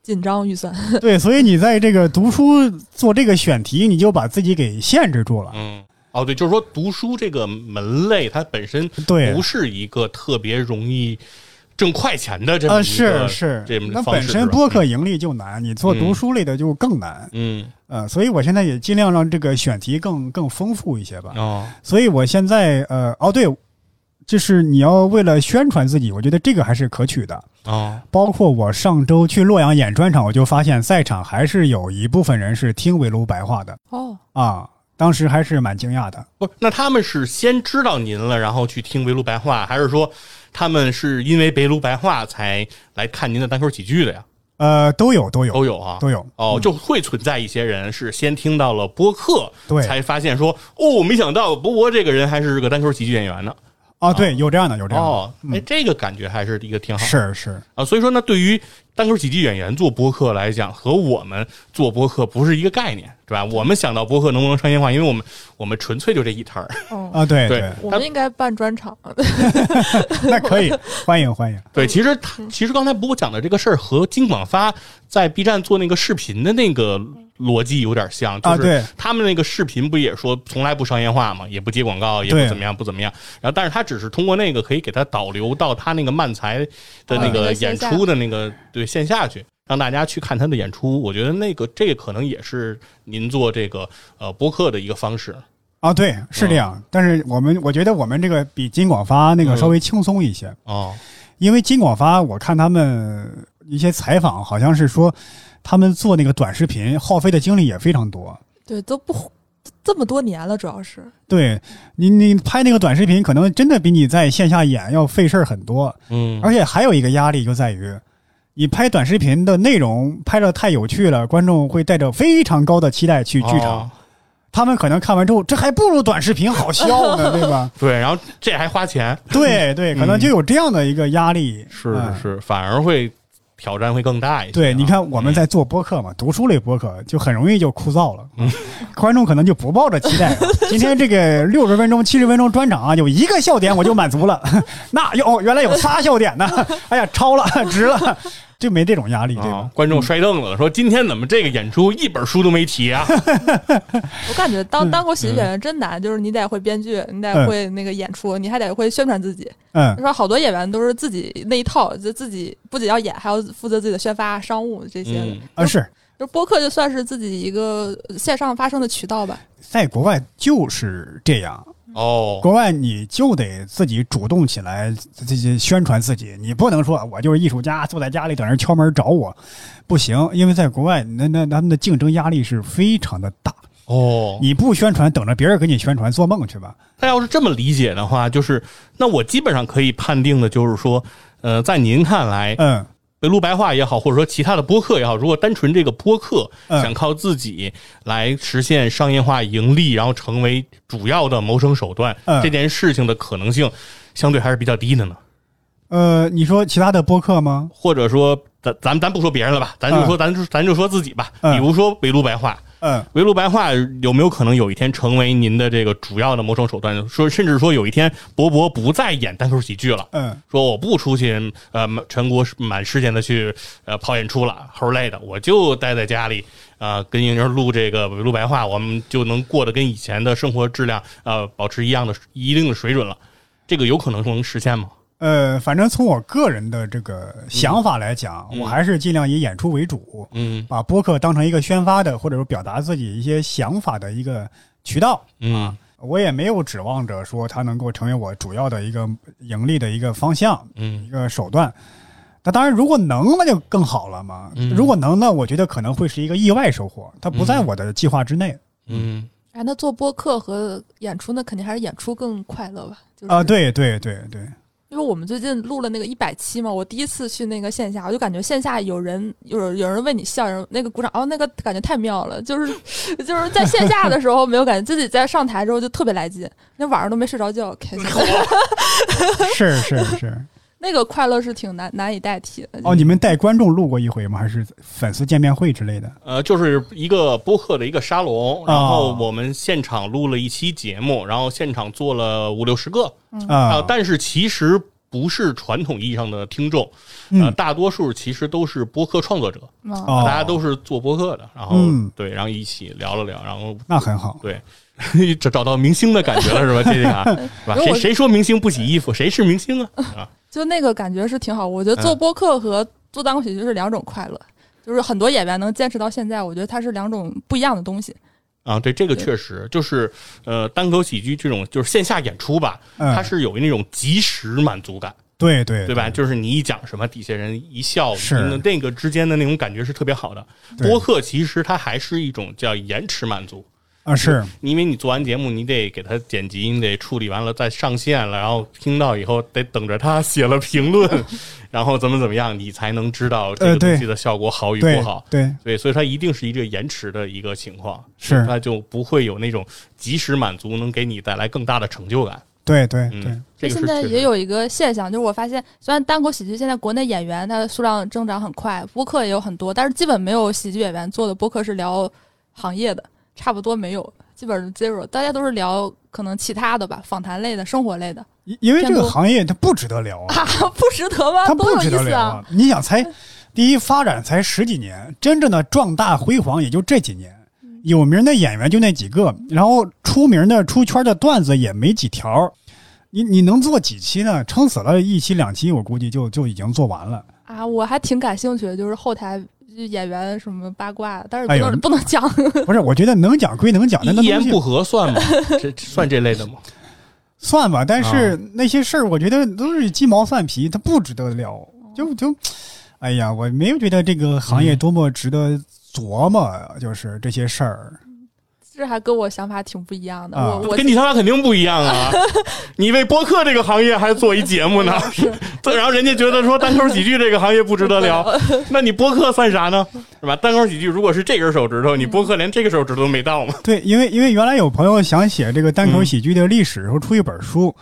A: 紧张预算。
C: 对，所以你在这个读书做这个选题，你就把自己给限制住了。
B: 嗯，哦对，就是说读书这个门类，它本身
C: 对，啊
B: 不是一个特别容易挣快钱的这么
C: 啊，
B: 一个
C: 是是
B: 这么，
C: 那
B: 方
C: 本
B: 式
C: 身
B: 是吧
C: 播客盈利就难，你做读
B: 嗯
C: 书类的就更难，
B: 嗯
C: 呃，所以我现在也尽量让这个选题更更丰富一些吧。
B: 哦
C: 所以我现在呃，哦对，就是你要为了宣传自己，我觉得这个还是可取的。
B: 哦
C: 包括我上周去洛阳演专场，我就发现赛场还是有一部分人是听围炉白话的
A: 哦，
C: 啊，当时还是蛮惊讶的。
B: 不是，那他们是先知道您了，然后去听围炉白话，还是说他们是因为围炉白话才来看您的单口喜剧的呀？
C: 呃，都有都有
B: 都有啊，
C: 都有嗯
B: 哦，就会存在一些人是先听到了播客，
C: 对
B: 才发现说哦，没想到博博这个人还是个单口喜剧演员呢。
C: 啊，对，有这样的有这样的，嗯
B: 哦，哎，这个感觉还是一个挺好的
C: 是是。
B: 啊。所以说呢，对于单口喜剧演员做播客来讲，和我们做播客不是一个概念，对吧？我们想到播客能不能商业化，因为我们我们纯粹就这一摊儿。
A: 嗯，
C: 啊，对
B: 对
C: 对，
A: 我们应该办专场。
C: 那 可以，欢迎欢迎。
B: 对，其实他其实刚才波讲的这个事儿和金广发在 B 站做那个视频的那个逻辑有点像，就
C: 啊对
B: 是他们那个视频不也说从来不商业化嘛，也不接广告，也
C: 对
B: 不怎么样，不怎么样。然后，但是他只是通过那个可以给他导流到他那个漫才的那
C: 啊
A: 哦那
B: 个
A: 个
B: 演
A: 线下
B: 出的那个对线下去。让大家去看他的演出，我觉得那个这个可能也是您做这个呃播客的一个方式。
C: 啊，对，
B: 嗯
C: 是这样。但是我们我觉得我们这个比金广发那个
B: 嗯
C: 稍微轻松一些，
B: 哦，
C: 因为金广发我看他们一些采访，好像是说他们做那个短视频耗费的精力也非常多。
A: 对，都不这么多年了，主要是
C: 对你，你拍那个短视频，可能真的比你在线下演要费事儿很多，
B: 嗯，
C: 而且还有一个压力就在于，你拍短视频的内容拍的太有趣了，观众会带着非常高的期待去剧场，
B: 哦
C: 他们可能看完之后，这还不如短视频好笑 呢，对吧？
B: 对，然后这还花钱，
C: 对对，可能就有这样的一个压力。
B: 是
C: 嗯
B: 是是，反而会挑战会更大一些啊。
C: 对，你看我们在做播
B: 嗯
C: 客嘛，读书类播客就很容易就枯燥了，嗯 观众可能就不抱着期待了。今天这个六十分钟、七十分钟专场啊，有一个笑点我就满足了。 那有哦原来有仨 笑点呢，哎呀，超了， 值了，就没这种压力，对吧
B: 啊，？观众摔凳子了，说今天怎么这个演出一本书都没提 啊？
A: 我感觉当当过喜剧演员真难，就是你得会编剧，你
C: 嗯
A: 得会那个演出，你还得会宣传自己。
C: 嗯，
A: 说好多演员都是自己那一套，就自己不仅要演，还要负责自己的宣发、商务这些的。
B: 嗯
C: 啊是
A: 就播客就算是自己一个线上发声的渠道吧。
C: 在国外就是这样，
B: 哦，
C: 国外你就得自己主动起来，这些宣传自己，你不能说我就是艺术家，坐在家里等人敲门找我，不行，因为在国外那那他们的竞争压力是非常的大，
B: 哦，
C: 你不宣传，等着别人给你宣传，做梦去吧。
B: 那要是这么理解的话，就是那我基本上可以判定的就是说，呃，在您看来，
C: 嗯，
B: 围炉白话也好，或者说其他的播客也好，如果单纯这个播客
C: 嗯
B: 想靠自己来实现商业化盈利，然后成为主要的谋生手段
C: 嗯，
B: 这件事情的可能性相对还是比较低的呢。
C: 呃，你说其他的播客吗？
B: 或者说，咱咱咱不说别人了吧，咱就说、咱就咱就说自己吧。
C: 嗯
B: 比如说围炉白话，
C: 嗯，
B: 围炉白话有没有可能有一天成为您的这个主要的谋生手段？说甚至说有一天博博不再演单口喜剧了，
C: 嗯，
B: 说我不出去呃全国满世界的去呃跑演出了，猴儿累的，我就待在家里啊、呃跟人家录这个围炉白话，我们就能过得跟以前的生活质量呃保持一样的一定的水准了。这个有可能能实现吗？
C: 呃，反正从我个人的这个想法来讲，
B: 嗯
C: 我还是尽量以演出为主，
B: 嗯
C: 把播客当成一个宣发的，或者说表达自己一些想法的一个渠道。
B: 嗯
C: 我也没有指望着说它能够成为我主要的一个呃盈利的一个方向、一
B: 嗯
C: 个手段。那当然，如果能，那就更好了嘛。
B: 嗯
C: 如果能呢，我觉得可能会是一个意外收获，它不在我的计划之内
B: 嗯。
A: 哎，那做播客和演出，那肯定还是演出更快乐吧？就是
C: 啊啊、对对对对，
A: 因为我们最近录了那个一百期嘛，我第一次去那个线下，我就感觉线下有人有有人为你笑，有人那个鼓掌，哦，那个感觉太妙了，就是就是在线下的时候没有感觉，自己在上台之后就特别来劲，那晚上都没睡着觉，开心，
C: 是是是。
A: 那个快乐是挺难难以代替的。
C: 哦，你们带观众录过一回吗？还是粉丝见面会之类的？
B: 呃，就是一个播客的一个沙龙，然后
C: 哦
B: 我们现场录了一期节目，然后现场做了五六十个啊、
C: 啊，
B: 但是其实不是传统意义上的听众，呃，
C: 嗯，
B: 大多数其实都是播客创作者，
A: 嗯
C: 哦
B: 大家都是做播客的，然后、
C: 嗯
B: 对，然后一起聊了聊，然后
C: 那很好。
B: 对，找找到明星的感觉了是吧？这 个啊是吧？
A: 因为
B: 谁
A: 我
B: 谁说明星不洗衣服？谁是明星啊？啊，
A: 就那个感觉是挺好。我觉得
C: 嗯
A: 做播客和做单口喜剧是两种快乐，就是很多演员能坚持到现在，我觉得它是两种不一样的东西。
B: 啊，对，这个
A: 对
B: 确实就是，呃，单口喜剧这种就是线下演出吧，它
C: 嗯，
B: 是有那种及时满足感，
C: 对对
B: 对吧？？就是你一讲什么，底下人一笑，
C: 是
B: 那那个之间的那种感觉是特别好的。
C: 对
B: 播客其实它还是一种叫延迟满足，
C: 啊，是
B: 因为你做完节目，你得给它剪辑，你得处理完了再上线了，然后听到以后得等着他写了评 论，然后怎么怎么样，你才能知道这
C: 呃
B: 个东
C: 对
B: 西的效果好与
C: 对
B: 不好。
C: 对
B: 对，所以它一定是一个延迟的一个情况，
C: 是
B: 它就不会有那种及时满足能给你带来更大的成就感。
C: 对对
B: 嗯，这
C: 对，
B: 个
A: 哎
B: 是
A: 现在
B: 确实
A: 也有一个现象，就是我发现，虽然单口喜剧现在国内演员他的数量增长很快，播客也有很多，但是基本没有喜剧演员做的播客是聊行业的，差不多没有，基本上 zero，大家都是聊可能其他的吧，访谈类的、生活类的
C: 因因为这
A: 偏
C: 个
A: 多
C: 行业它不值得聊啊，
A: 啊，不值得吗？
C: 它
A: 多
C: 不
A: 有
C: 值得
A: 意思
C: 聊
A: 啊！
C: 啊。你想才第一发展才十几年，真正的壮大辉煌也就这几年。
A: 嗯
C: 有名的演员就那几个，然后出名的出圈的段子也没几条，你你能做几期呢？撑死了一期两期，我估计就就已经做 完了。
A: 啊，我还挺感兴趣的，就是后台演员什么八卦，但是不
C: 哎呦
A: 能、不能讲。
C: 不是，我觉得能讲归能讲，但那
B: 一言
C: 东西
B: 不合算吗？ 这这算这类的吗？
C: 算吧，但
A: 啊
C: 是那些事儿，我觉得都是鸡毛蒜皮，它不值得聊。
A: 哦
C: 就就，哎呀，我没有觉得这个行
A: 嗯
C: 业多么值得琢磨，就是这些事儿。
A: 这还跟我想法挺不一样的。
C: 啊
A: 我我
B: 跟你想法肯定不一样 啊！你为播客这个行业还做一节目呢， 对然后人家觉得说单口喜剧这个行业不值得聊， 那你播客算啥呢？是吧？单口喜剧如果是这根手指头，你播客连这个手指头都没到嘛？
C: 对，因为因为原来有朋友想写这个单
B: 嗯
C: 口喜剧的历史，然后出一本书，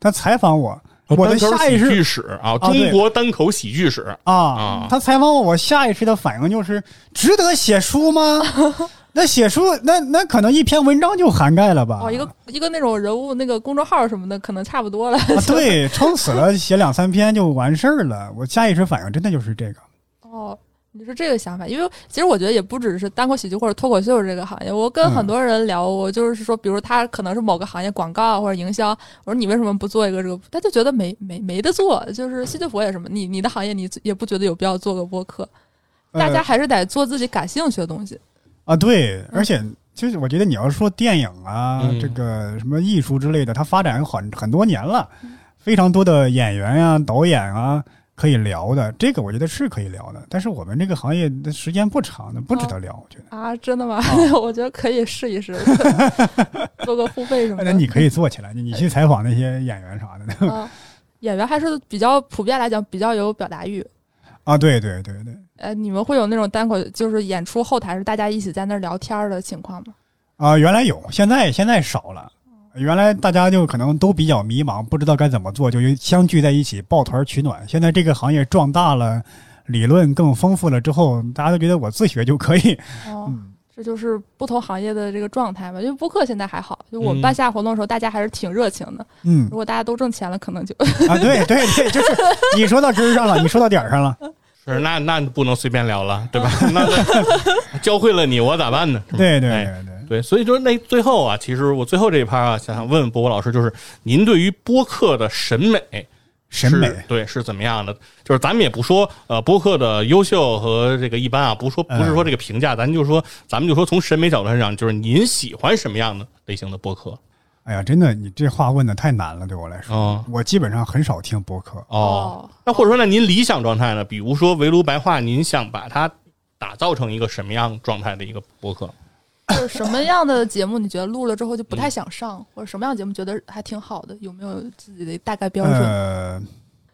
C: 他采访我，我的
B: 哦单口
C: 下意
B: 喜
C: 识
B: 剧史啊，
C: 对
B: 中国单口喜剧史，啊
C: 啊，他采访我，我下意识的反应就是值得写书吗？ 那写书，那那可能一篇文章就涵盖了吧？
A: 哦，一个一个那种人物那个公众号什么的，可能差不多了。
C: 啊，对，撑死了写两三篇就完事儿了。我下意识反应真的就是这个。
A: 哦，你是这个想法，因为其实我觉得也不只是单口喜剧或者脱口秀这个行业，我跟
C: 嗯
A: 很多人聊，我就是说，比如他可能是某个行业广告啊或者营销，我说你为什么不做一个这个？他就觉得没没没得做，就是西西佛也什么，你你的行业你也不觉得有必要做个播客，
C: 呃
A: 大家还是得做自己感兴趣的东西。
C: 啊，对，而且就是我觉得你要说电影啊，
B: 嗯
C: 这个什么艺术之类的，它发展很很多年了，非常多的演员呀、导演啊可以聊的，这个我觉得是可以聊的。但是我们这个行业的时间不长的，不值得聊，我觉得。
A: 啊，真的吗？
C: 哦
A: 我觉得可以试一试， 做个付费什么的。
C: 那你可以做起来，你你去采访那些演员啥的
A: 啊，演员还是比较普遍来讲比较有表达欲。
C: 啊！对对对对
A: 呃，你们会有那种单口，就是演出后台是大家一起在那儿聊天儿的情况吗？
C: 啊，原来有，现在现在少了。原来大家就可能都比较迷茫，不知道该怎么做，就相聚在一起抱团取暖。现在这个行业壮大了，理论更丰富了之后，大家都觉得我自学就可以。
A: 哦，
C: 嗯，
A: 这就是不同行业的这个状态吧。因为播客现在还好，就我
B: 嗯
A: 们办线下活动的时候，大家还是挺热情的。
C: 嗯
A: 如果大家都挣钱了，可能就
C: 啊，对对对，就是你说到根儿上了，你说到点儿上了。
B: 是那那不能随便聊了，对 吧？那那教会了你，我咋办呢？是吧
C: 对对
B: 哎
C: 对对，
B: 对，所以就是那最后啊，其实我最后这一趴啊，想想问问波波老师，就是您对于播客的审美是，
C: 审美
B: 对是怎么样的？就是咱们也不说呃播客的优秀和这个一般啊，不说不是
C: 嗯
B: 说这个评价，咱就说咱们就说从审美角度上讲，就是您喜欢什么样的类型的播客？
C: 哎呀，真的，你这话问的太难了，对我来说，
B: 哦
C: 我基本上很少听播客。
B: 哦，那或者说呢，您理想状态呢？比如说围炉白话，您想把它打造成一个什么样状态的一个播客？
A: 就是什么样的节目你觉得录了之后就不太
C: 嗯
A: 想上，或者什么样的节目觉得还挺好的？有没有自己的大概标准？
C: 呃，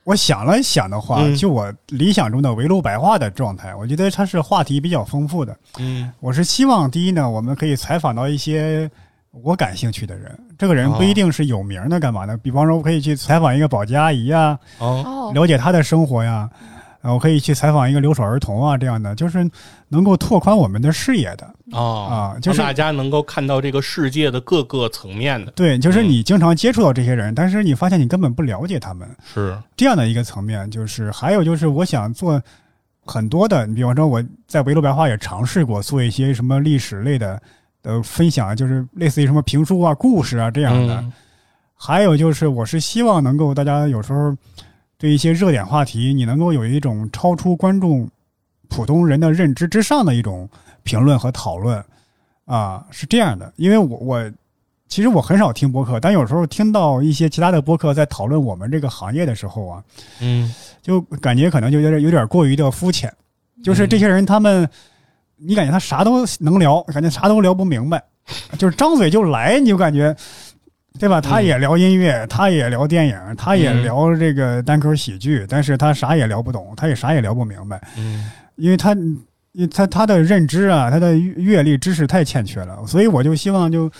C: 我想了想的话，
B: 嗯
C: 就我理想中的围炉白话的状态，我觉得它是话题比较丰富的。
B: 嗯
C: 我是希望第一呢，我们可以采访到一些我感兴趣的人，这个人
B: 哦
C: 不一定是有名的，干嘛呢？比方说，我可以去采访一个保洁阿姨啊，
B: 哦
A: 哦，
C: 了解她的生活呀。啊，我可以去采访一个留守儿童啊，这样的就是能够拓宽我们的视野的
B: 哦，
C: 啊，就是
B: 让大家能够看到这个世界的各个层面的，
C: 对，就是
B: 嗯
C: 你经常接触到这些人，但是你发现你根本不了解他们，
B: 是
C: 这样的一个层面，就是还有就是我想做很多的，你比方说我在围炉白话也尝试过做一些什么历史类的呃分享，就是类似于什么评书啊、故事啊这
B: 这
C: 样的。还有就是我是希望能够大家有时候对一些热点话题，你能够有一种超出观众普通人的认知之上的一种评论和讨论啊，是这样的，因为我我。其实我很少听播客，但有时候听到一些其他的播客在讨论我们这个行业的时候啊，
B: 嗯
C: 就感觉可能就有点有点过于的肤浅，
B: 嗯
C: 就是这些人他们，你感觉他啥都能聊，感觉啥都聊不明白，就是张嘴就来，你就感觉，对吧？他也聊音乐，他也聊电影，他也
B: 嗯
C: 聊这个单口喜剧，但是他啥也聊不懂，他也啥也聊不明白，
B: 嗯
C: 因为他，因为他他的认知啊，他的阅阅历知识太欠缺了，所以我就希望就，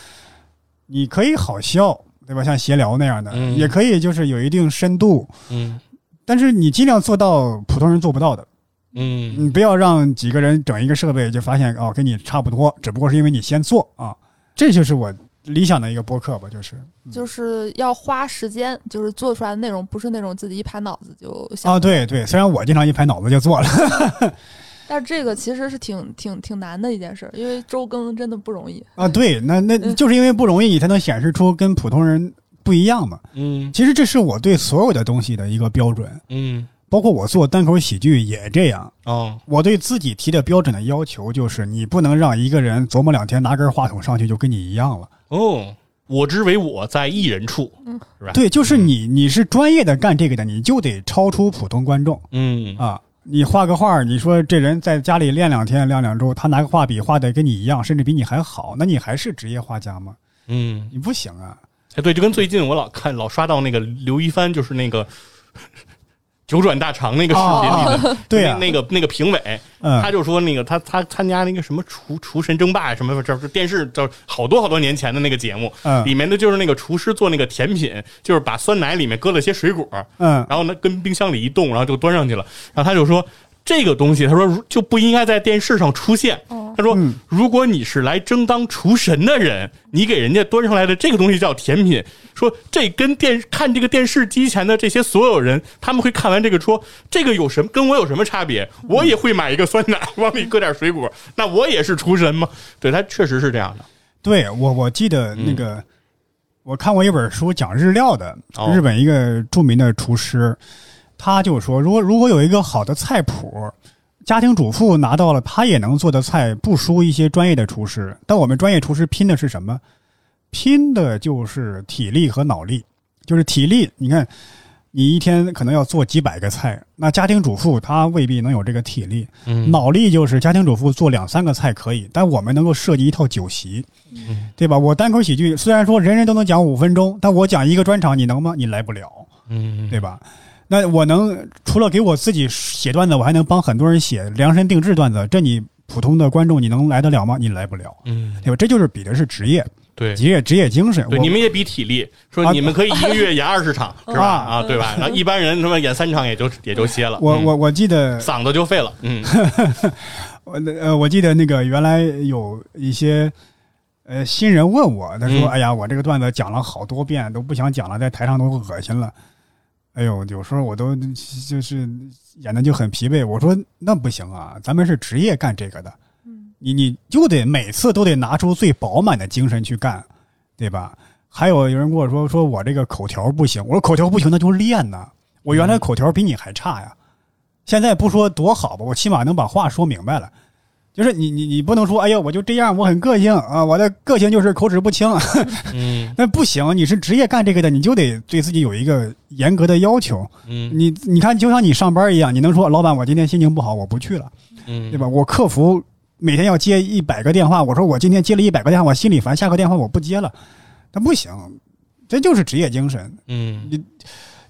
C: 你可以好笑，对吧？像闲聊那样的，
B: 嗯
C: 也可以就是有一定深度，
B: 嗯
C: 但是你尽量做到普通人做不到的，
B: 嗯
C: 你不要让几个人整一个设备就发现哦跟你差不多，只不过是因为你先做啊，这就是我理想的一个播客吧，就是
A: 就是 要花时间，就是做出来的内容不是那种自己一拍脑子就想。
C: 啊，对对，虽然我经常一拍脑子就做了，
A: 但是这个其实是挺挺挺难的一件事，因为周更真的不容易
C: 啊，。对，那那
A: 嗯
C: 就是因为不容易，你才能显示出跟普通人不一样嘛。
B: 嗯
C: 其实这是我对所有的东西的一个标准，
B: 嗯
C: 包括我做单口喜剧也这样。
B: 哦
C: 我对自己提的标准的要求就是，你不能让一个人琢磨两天，拿根话筒上去就跟你一样了。
B: 哦，我之为我在一人处，是吧？
C: 对，就是
B: 嗯
C: 你，你是专业的干这个的，你就得超出普通观众
B: 嗯
C: 啊！你画个画，你说这人在家里练两天、练两周，他拿个画笔画的跟你一样，甚至比你还好，那你还是职业画家吗？
B: 嗯，
C: 你不行啊！
B: 哎，对，就跟最近我老看老刷到那个刘一帆，就是那个九转大肠那个视频里的，
C: 对呀、
B: 那那个那个评委，他
C: 嗯，
B: 就说那个他他参加那个什么厨厨神争霸什么这这电视叫好多好多年前的那个节目，
C: 嗯
B: 里面的就是那个厨师做那个甜品，就是把酸奶里面搁了些水果，
C: 嗯，
B: 然后呢跟冰箱里一冻，然后就端上去了。然后他就说这个东西，他说如就不应该在电视上出现。他说
C: 嗯
B: 如果你是来争当厨神的人，你给人家端上来的这个东西叫甜品，说这跟电看这个电视机前的这些所有人，他们会看完这个说这个有什么跟我有什么差别？我也会买一个酸奶， 往里搁点水果，那我也是厨神吗？对他确实是这样的。
C: 对我我记得那
B: 嗯
C: 个，我看过一本书讲日料的，
B: 哦
C: 日本一个著名的厨师，他就说，如果如果有一个好的菜谱。家庭主妇拿到了她也能做的菜，不输一些专业的厨师。但我们专业厨师拼的是什么？拼的就是体力和脑力，就是体力。你看，你一天可能要做几百个菜，那家庭主妇她未必能有这个体力。
B: 嗯
C: 脑力就是家庭主妇做两三个菜可以，但我们能够设计一套酒席，
B: 嗯
C: 对吧？我单口喜剧虽然说人人都能讲五分钟，但我讲一个专场，你能吗？你来不了，
B: 嗯
C: 对吧？那我能除了给我自己写段子，我还能帮很多人写量身定制段子，这你普通的观众你能来得了吗？你来不了，
B: 嗯，
C: 对吧？这就是比的是职业，
B: 对。
C: 职业职业精神。
B: 对，
C: 我
B: 你们也比体力，说
C: 啊
B: 你们可以一个月演二十场，是吧？
C: 啊
B: 啊，对吧？ 然后一般人他妈演三场也就也就歇了，
C: 我
B: 嗯
C: 我我记得
B: 嗓子就废了， 嗯，
C: 我那呃，我记得那个原来有一些呃新人问我，他说：“
B: 嗯
C: 哎呀，我这个段子讲了好多遍，都不想讲了，在台上都恶心了。”哎呦，有时候我都就是演的就很疲惫。我说那不行啊，咱们是职业干这个的，
A: 嗯，
C: 你你就得每次都得拿出最饱满的精神去干，对吧？还有有人跟我说说我这个口条不行，我说口条不行那就练呐。我原来口条比你还差呀，现在不说多好吧，我起码能把话说明白了。就是你你你不能说，哎呀，我就这样，我很个性啊，我的个性就是口齿不清，啊
B: 嗯
C: 那不行，你是职业干这个的，你就得对自己有一个严格的要求。
B: 嗯
C: 你你看，就像你上班一样，你能说老板我今天心情不好，我不去了，
B: 嗯，
C: 对吧？我克服每天要接一百个电话，我说我今天接了一百个电话，我心里烦，下个电话我不接了，但不行，这就是职业精神，
B: 嗯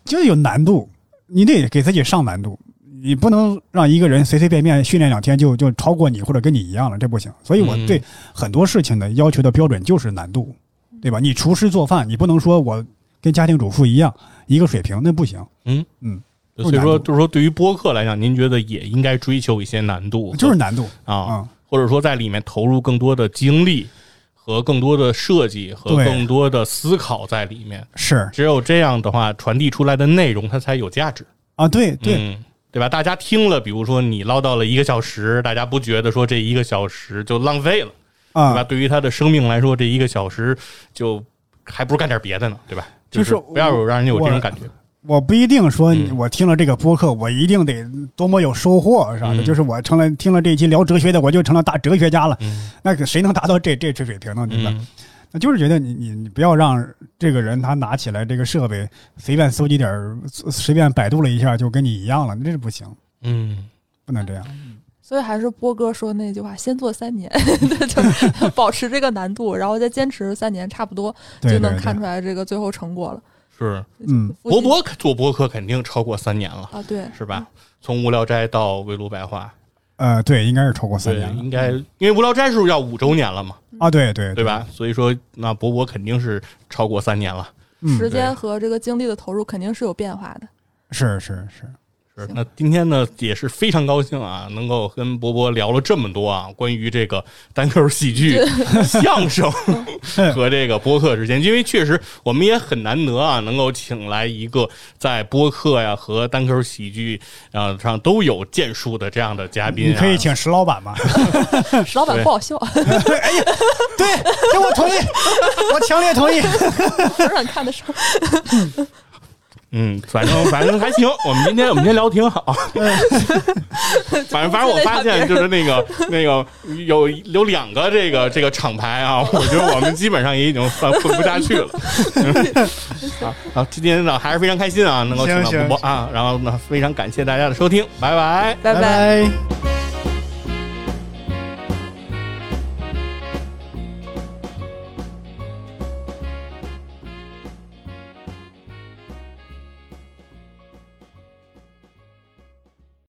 C: 就有难度，你得给自己上难度，你不能让一个人随随便便训练两天就就超过你或者跟你一样了，这不行。所以我
B: 嗯
C: 对很多事情的要求的标准就是难度，对吧？你厨师做饭，你不能说我跟家庭主妇一样一个水平，那不行。
B: 嗯
C: 嗯，
B: 所以说
C: 难度
B: 就是说，对于播客来讲，您觉得也应该追求一些难度和，
C: 就是难度
B: 啊，
C: 啊、
B: 或者说在里面投入更多的精力和更多的设计和
C: 对
B: 更多的思考在里面。
C: 是
B: 只有这样的话，传递出来的内容它才有价值。
C: 啊，对对，
B: 嗯对吧？大家听了，比如说你唠叨了一个小时，大家不觉得说这一个小时就浪费了，对吧？
C: 啊，
B: 对于他的生命来说，这一个小时就还不如干点别的呢，对吧？
C: 就是是
B: 不要有让人有这种感觉。
C: 我不一定说
B: 嗯
C: 我听了这个播客，我一定得多么有收获啥的，
B: 嗯
C: 就是我成了听了这一期聊哲学的，我就成了大哲学家了。
B: 嗯
C: 那可谁能达到这这这水平呢？对吧？
B: 嗯
C: 那就是觉得你你你不要让这个人他拿起来这个设备随便搜集点儿，随随便百度了一下就跟你一样了，那这不行，
B: 嗯，
C: 不能这样。
A: 所以还是波哥说那句话，先做三年， 就保持这个难度，然后再坚持三年，差不多
C: 对
A: 就
C: 对
A: 能
C: 对
A: 看，出来这个最后成果了。
B: 是
C: 嗯，
A: 夫妻
B: 博博做博客肯定超过三年了，
A: 啊，对，
B: 是吧？从无聊斋到围炉白话，
C: 呃，对，应该是超过三
B: 对
C: 年，了
B: 应该因为无聊斋是要五周年了嘛，
C: 啊，对对
B: 对？吧？所以说，那博博肯定是超过三年了。
C: 嗯，
A: 时间和这个精力的投入肯定是有变化 的。
C: 是是是，
B: 是
A: 行
B: 那今天呢也是非常高兴啊，能够跟博博聊了这么多啊，关于这个单口喜剧、相声
C: 嗯
B: 和这个播客之间，因为确实我们也很难得啊，能够请来一个在播客呀和单口喜剧啊上都有建树的这样的嘉宾、啊。
C: 你可以请石老板吗？
A: 石老板
B: 对
A: 不好笑，
C: 对，这我同意，我强烈 同意。
A: 很少看的 时候，
B: 嗯，反正反正还 行。我们今天我们今天聊挺好。 反正反正我发现就是那个那个有有两个这个这个厂牌啊， 我觉得我们基本上也已经混混不下去了。 嗯好，好，今天呢还是非常开心啊，能够请到波
C: 行行
B: 波啊，然后呢非常感谢大家的收听，拜拜。
A: 拜。
C: 拜